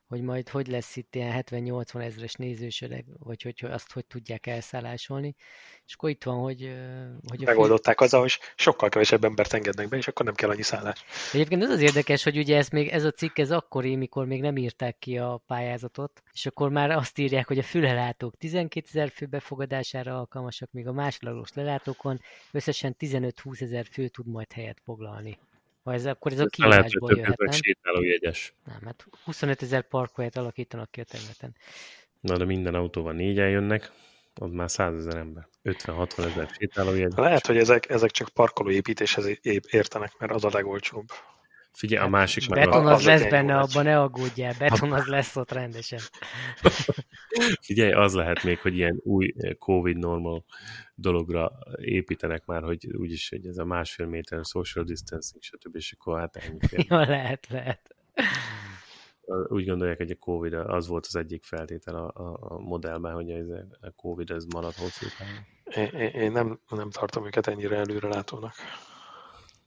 S2: hogy majd hogy lesz itt ilyen 70-80 ezres nézősöreg, vagy hogy, hogy azt hogy tudják elszállásolni. És akkor itt van, hogy... hogy
S3: a Megoldották film... azzal, hogy sokkal kevesebb embert engednek be, és akkor nem kell annyi szállás.
S2: Egyébként ez az érdekes, hogy ugye ez, még, ez a cikk ez akkori, mikor még nem írták ki a pályázatot, és akkor már azt írják, hogy a fülelátók 12 ezer fő befogadására alkalmasak, még a másodlagos lelátókon összesen 15-20 ezer fő tud majd helyet foglalni. Ha ez, akkor ez a kívásból
S1: lehet, jöhet, nem? sétálójegyes.
S2: Nem, hát 25 ezer parkolóját alakítanak ki a területen.
S1: Na, de minden autóval négyen jönnek, ott már 100 ezer ember. 50-60 ezer sétálójegyes.
S3: Lehet, hogy ezek, ezek csak parkolóépítéshez értenek, mert az a legolcsóbb.
S1: Figyelj, hát, a másik
S2: meg... Beton az, az lesz benne, abban ne aggódjál, beton az lesz ott rendesen.
S1: Figyelj, az lehet még, hogy ilyen új Covid normal dologra építenek már, hogy úgyis, hogy ez a másfél méter social distancing, stb. és akkor hát ennyi fél.
S2: (laughs) Ja, lehet, lehet.
S1: Úgy gondolják, hogy a Covid az volt az egyik feltétel a, a, a modellben, hogy ez a Covid ez marad hosszú távon.
S3: Én, én nem, nem tartom őket ennyire előrelátónak.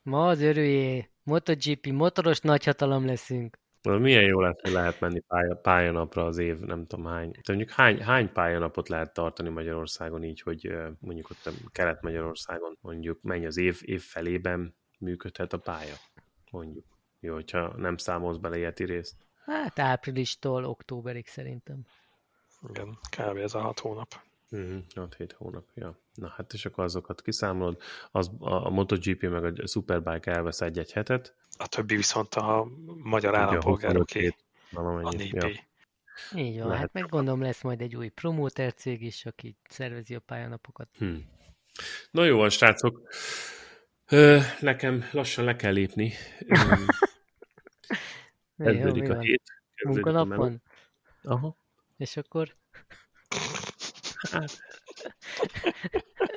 S2: Ma az örüljé, MotoGP, motoros nagyhatalom leszünk.
S1: Na, milyen jó lett, hogy lehet menni pálya, pályanapra az év, nem tudom hány. Tehát mondjuk hány, hány pályanapot lehet tartani Magyarországon így, hogy mondjuk ott Kelet-Magyarországon mondjuk mennyi az év, év felében működhet a pálya, mondjuk. Jó, hogyha nem számolsz bele ilyeti részt.
S2: Hát áprilistól októberig szerintem.
S3: Igen, kb. ez a hat hónap.
S1: Uh-huh, 6-7 hónap, ja. Na hát és akkor azokat kiszámolod, az, a MotoGP meg a Superbike elvesz egy-egy hetet.
S3: A többi viszont a magyar állampolgároké, a népi. Ja.
S2: Így van, Lehet. hát meg gondolom lesz majd egy új promóter cég is, aki szervezi a pályanapokat.
S1: Hmm. Na jó van, srácok. Ö, nekem lassan le kell lépni. Kezdődik a hét.
S2: Munkanapon?
S1: Aha.
S2: És akkor
S1: Hát.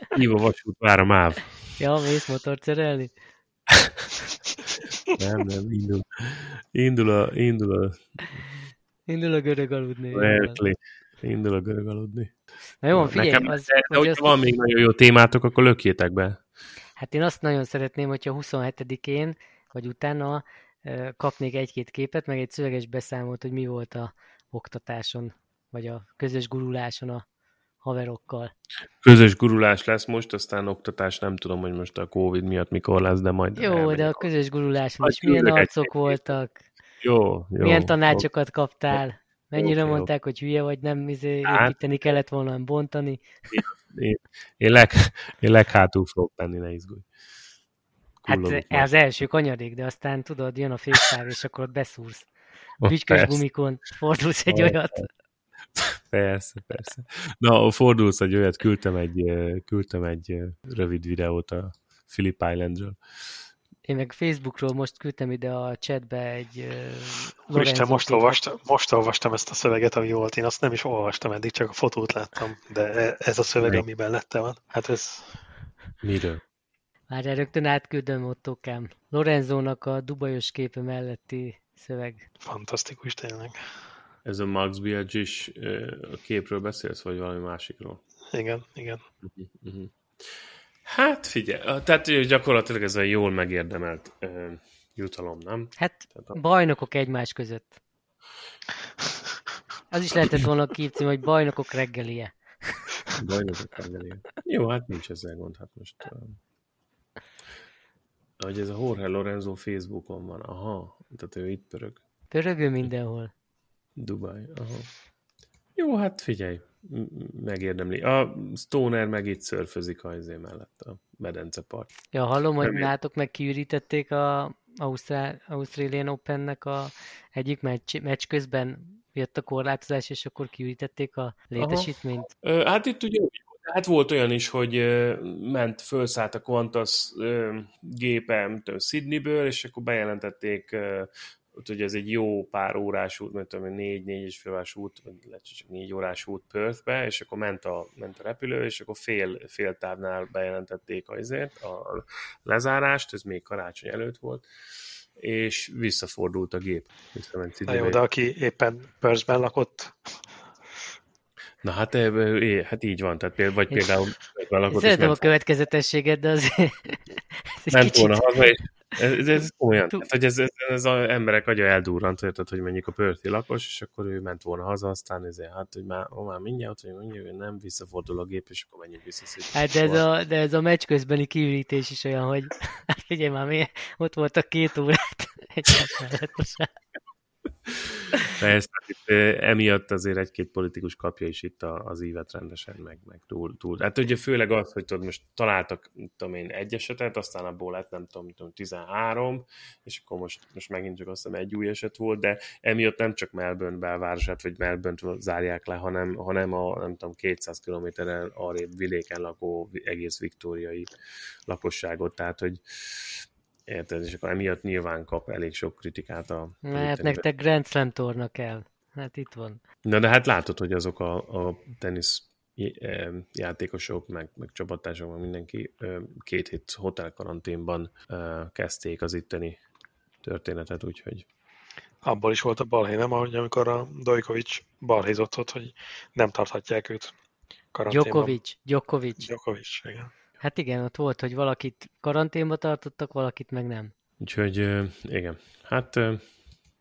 S1: Hív a vasút, vár a máv.
S2: Ja, mész motort szerelni?
S1: nem, nem, indul. Indul a... Indul a,
S2: indul a görög aludni.
S1: Berkeley. Indul a görög aludni.
S2: Na jó, figyelj, Nekem,
S1: az, de, de hogy hogyha van még nagyon jó témátok, akkor lökjétek be.
S2: Hát én azt nagyon szeretném, hogyha 27-én, vagy utána kapnék egy-két képet, meg egy szöveges beszámolt, hogy mi volt a oktatáson, vagy a közös guruláson a haverokkal.
S1: Közös gurulás lesz most, aztán oktatás nem tudom, hogy most a Covid miatt mikor lesz, de majd
S2: Jó, de a
S1: elmegyek.
S2: közös guruláson
S1: Hogy
S2: is milyen
S1: küldök egy
S2: arcok
S1: képet?
S2: voltak,
S1: Jó, jó.
S2: milyen tanácsokat kaptál, mennyire
S1: jó.
S2: mondták, hogy hülye vagy, nem izé,
S1: Hát-
S2: építeni kellett volna, hanem bontani.
S1: Én, leg, én leghátul fogok tenni, ne izgulj.
S2: Hát
S1: Kullogok
S2: ez
S1: majd.
S2: az első kanyarék, de aztán tudod, jön a féktáv, és akkor ott beszúrsz. A
S1: Ó,
S2: Bütykös
S1: persze.
S2: gumikon fordulsz egy
S1: Ó,
S2: olyat.
S1: Persze, persze. Na, fordulsz egy olyat, küldtem egy, eh, küldtem egy eh, rövid videót a Philip Islandről.
S2: Én meg Facebookról most küldtem ide a chatbe egy ö,
S3: Úristen,
S2: Lorenzo
S3: most
S2: képet.
S3: olvastam, most olvastam ezt a szöveget, ami volt. Én azt nem is olvastam eddig, csak a fotót láttam, de e- ez a szöveg,
S1: Meg.
S3: amiben lettem van. Hát ez
S1: Miről?
S2: Várjál, rögtön átküldöm ottokám. Lorenzónak a dubajos képe melletti szöveg.
S3: fantasztikus tényleg.
S1: Ez a Max Biaggi is eh, a képről beszélsz, vagy valami másikról?
S3: Igen, igen.
S1: Mhm. Hát figyelj, tehát ő gyakorlatilag ez egy jól megérdemelt eh, jutalom, nem?
S2: Hát
S1: Tehát a-
S2: bajnokok egymás között. Az is lehetett volna a képcím, hogy bajnokok reggelie.
S1: Bajnokok ellenére. Jó, hát nincs ezzel gond, hát most... eh, Hogy ez a Jorge Lorenzo Facebookon van, aha, tehát ő itt pörög.
S2: Pörögő mindenhol.
S1: Dubaj, aha. Jó, hát figyelj, m- megérdemli. A Stoner meg itt szörfözik a izé mellett, a medencepart.
S2: Ja, hallom, hogy
S1: Remélem.
S2: nátok meg kiürítették a Ausztrál, Australian Opennek a egyik meccs, meccs közben jött a korlátozás, és akkor kiürítették a létesítményt.
S1: Ö, hát itt ugye úgy volt. hát volt olyan is, hogy ö, ment, felszállt a Qantas ö, gépe, nem tudom, Sydneyből, és akkor bejelentették, ö, ott, hogy ez egy jó pár órás út, mert tudom, én, négy, négy és fél órás út, vagy lehet, hogy csak négy órás út Perthbe, és akkor ment a, ment a repülő, és akkor fél, fél távnál bejelentették azért a lezárást, ez még karácsony előtt volt, és visszafordult a gép. Visszament
S3: Na jó,
S1: Sydneybe.
S3: de aki éppen Pörzsben lakott,
S1: Na hát, eh, eh, hát így van, tehát például, vagy
S2: És-
S1: például
S2: Én
S1: valakot is
S2: szeretem a
S1: ment,
S2: következetességet, de (laughs) azért ez egy
S1: ment volna
S2: kicsit...
S1: haza, és ez, ez, ez olyan,
S2: Tú-
S1: tehát, hogy ez, ez, ez az emberek agya eldurrant, érted, hogy mondjuk a pörti lakos, és akkor ő ment volna haza, aztán ezért, hát, hogy már, ó, már mindjárt, hogy mondjuk, hogy nem, visszafordul a gép, és akkor menjünk vissza szépen.
S2: Hát de ez, a, de ez a meccs közbeni kiürítés is olyan, hogy (laughs) hát figyelj már, mi ott voltak két órát (laughs) egy mellett most már.
S1: Persze, hát itt, eh, emiatt azért egy-két politikus kapja is itt a- az ívet rendesen, meg, meg túl, túl. Hát ugye főleg az, hogy tudod, most találtak, mit tudom én, egy esetet, aztán abból lett, nem tudom, mit tudom 13, és akkor most, most megint csak azt hiszem egy új eset volt, de emiatt nem csak Melbourne belvárosát, vagy melbourne zárják le, hanem, hanem a, nem tudom, 200 kilométeren arrébb vidéken lakó vi- egész viktóriai lakosságot, tehát, hogy Érted, és akkor emiatt nyilván kap elég sok kritikát a... a
S2: Mert
S1: itteni
S2: nektek Grand Slam torna kell. Hát itt van.
S1: Na de hát látod, hogy azok a, a tenisz eh, játékosok, meg, meg csapattársak, meg mindenki eh, két hét hotelkaranténban eh, kezdték az itteni történetet, úgyhogy
S3: abból is volt a balhé, nem? Ahogy amikor a Dojkovics balhézott ott, hogy nem tarthatják őt karanténban.
S2: Djokovic, Djokovic.
S3: Djokovic, igen.
S2: Hát igen, ott volt, hogy valakit karanténba tartottak, valakit meg nem.
S1: úgyhogy eh, igen. Hát eh,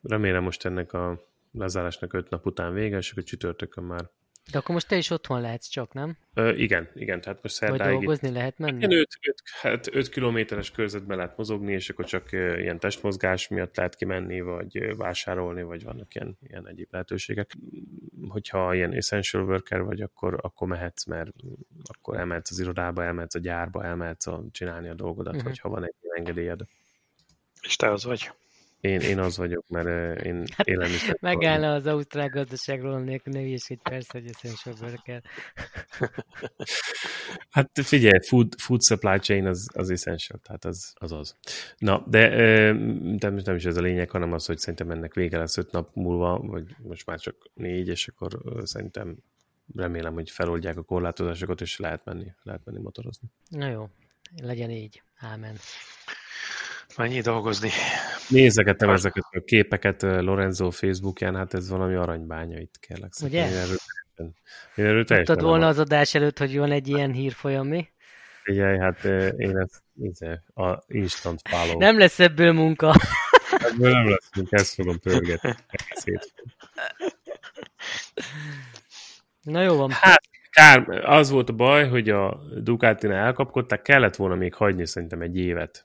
S1: remélem most ennek a lezárásnak öt nap után vége, és akkor csütörtökön már.
S2: De akkor most te is otthon lehetsz csak, nem?
S1: Ö, igen, igen, tehát most
S2: Vagy
S1: szerdáig itt
S2: dolgozni lehet
S1: Ilyen
S2: menni?
S1: 5, 5, hát 5 kilométeres körzetben lehet mozogni, és akkor csak ö, ilyen testmozgás miatt lehet kimenni, vagy ö, vásárolni, vagy vannak ilyen, ilyen egyéb lehetőségek. Mm, Hogyha ilyen essential worker vagy, akkor, akkor mehetsz, mert mm, akkor elmehetsz az irodába, elmehetsz a gyárba, elmehetsz a, csinálni a dolgodat,
S2: Mhm.
S1: uh-huh. vagy ha van egy ilyen engedélyed.
S3: És te az vagy.
S1: Én, én az vagyok, mert ö, én élelmiszer.
S2: Megállna az ausztrál gazdaságról nélkül, ne hülyeskedj, persze, hogy essential worker.
S1: Hát figyelj, food, food supply chain az, az essential, tehát az az. az. Na, de ö, nem, nem is ez a lényeg, hanem az, hogy szerintem ennek vége lesz öt nap múlva, vagy most már csak négy, és akkor ö, szerintem remélem, hogy feloldják a korlátozásokat, és lehet menni, lehet menni motorozni.
S2: Na jó, legyen így. Ámen.
S3: Mennyi dolgozni.
S1: Nézegettem ezeket a képeket ö, Lorenzo Facebookján, hát ez valami aranybánya itt, kérlek szépen.
S2: Ugye?
S1: Én erről teljesen- Én erről teljesen
S2: Tudtad
S1: nem
S2: volna az adás előtt, hogy van egy ilyen hírfolyam, mi?
S1: Figyelj, hát ö, én ezt, izé, a instant follow.
S2: Nem lesz ebből munka.
S1: Ebből nem lesz, mint ezt fogom pörgetni. egész hétfőn.
S2: Na jó van.
S1: Hát, Kár, az volt a baj, hogy a Ducatinál elkapkodták, kellett volna még hagyni szerintem egy évet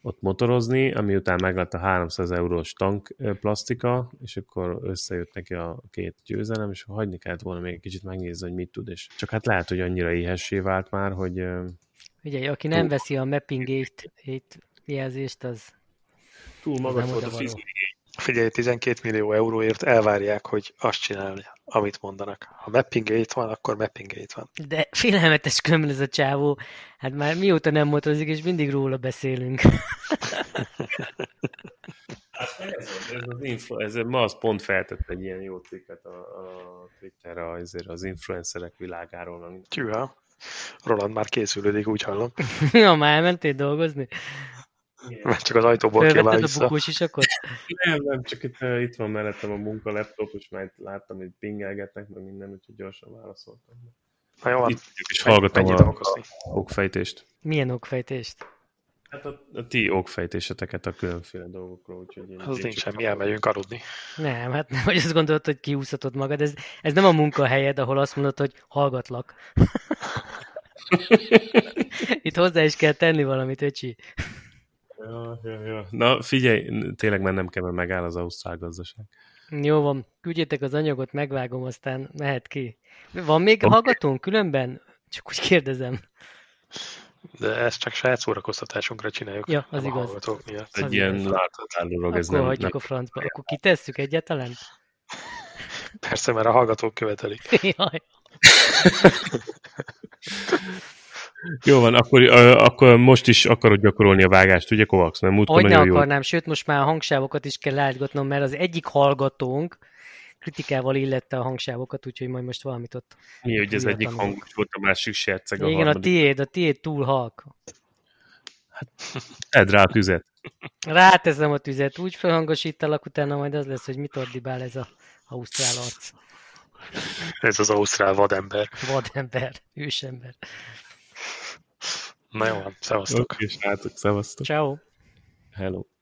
S1: ott motorozni, ami után meglett a 300 eurós tank plastika, és akkor összejött neki a két győzelem, és hagyni kellett volna még egy kicsit megnézni, hogy mit tud, és csak hát lehet, hogy annyira éhessé vált már, hogy...
S2: Ugye, aki nem túl... veszi a Mapping 8 jelzést, az...
S1: Túl magas volt a fizikai.
S3: Figyelj, 12 millió euróért elvárják, hogy azt csinálni, amit mondanak. Ha mapping 8 van, akkor mapping 8 van.
S2: De félelmetes köml ez a csávó. Hát már mióta nem motorozik, és mindig róla beszélünk. (laughs)
S1: Hát ez, ez, az influ, ez, ma az pont feltett egy ilyen jó cikket a, a Twitterre azért az influencerek világáról.
S3: Tűha. Roland már készülődik, úgy hallom.
S2: ja, már elmentél dolgozni?
S3: Igen. Mert csak az ajtóból kiabál
S2: vissza. a bukós is akkor?
S1: nem, nem, csak itt, uh, itt van mellettem a munka laptop, és már itt láttam, hogy pingelgetnek, meg minden, úgyhogy gyorsan válaszoltam.
S3: Na jó,
S1: itt is hallgatom a, a okfejtést.
S2: Milyen okfejtést?
S1: Hát a, a ti okfejtéseteket a különféle dolgokról, úgyhogy... Én
S3: az nincs semmi, elmegyünk aludni.
S2: Nem, hát nem, hogy azt gondolod, hogy kiúszhatod magad. Ez, ez nem a munkahelyed, ahol azt mondod, hogy hallgatlak. (laughs) Itt hozzá is kell tenni valamit, öcsi.
S1: Ja, ja, ja. Na figyelj, tényleg már nem kell, mert megáll az ausztrál gazdaság.
S2: Jó van, küldjétek az anyagot, megvágom, aztán mehet ki. Van még okay. hallgatónk különben? Csak úgy kérdezem.
S3: De ezt csak saját szórakoztatásunkra csináljuk.
S2: Ja, az igaz.
S1: Miatt. Egy az ilyen láthatatlan dolog.
S2: Akkor
S1: ez nem,
S2: hagyjuk
S1: nem.
S2: a francba. Akkor kitesszük egyáltalán?
S3: Persze, mert a hallgatók követelik.
S2: Jaj.
S1: Jó van, akkor, akkor most is akarod gyakorolni a vágást, ugye Kovacs? Mert múltkor
S2: Hogy ne
S1: nagyon
S2: akarnám, jó. sőt most már a hangsávokat is kell látgatnom, mert az egyik hallgatónk kritikával illette a hangsávokat, úgyhogy majd most valamit ott...
S1: Mi, hogy az egyik hangos volt, a másik serceg,
S2: a Igen,
S1: harmadik.
S2: a tiéd, a tiéd túl halk.
S1: Hát, tedd rá a tüzet.
S2: Ráteszem a tüzet, úgy felhangosítalak, utána majd az lesz, hogy mit ordibál ez a ausztrál arc.
S3: Ez az ausztrál vadember.
S2: Vadember, ősember.
S3: Na jó, szevasztok.
S1: Okay, srácok, szevasztok.
S2: Ciao.
S1: Hello.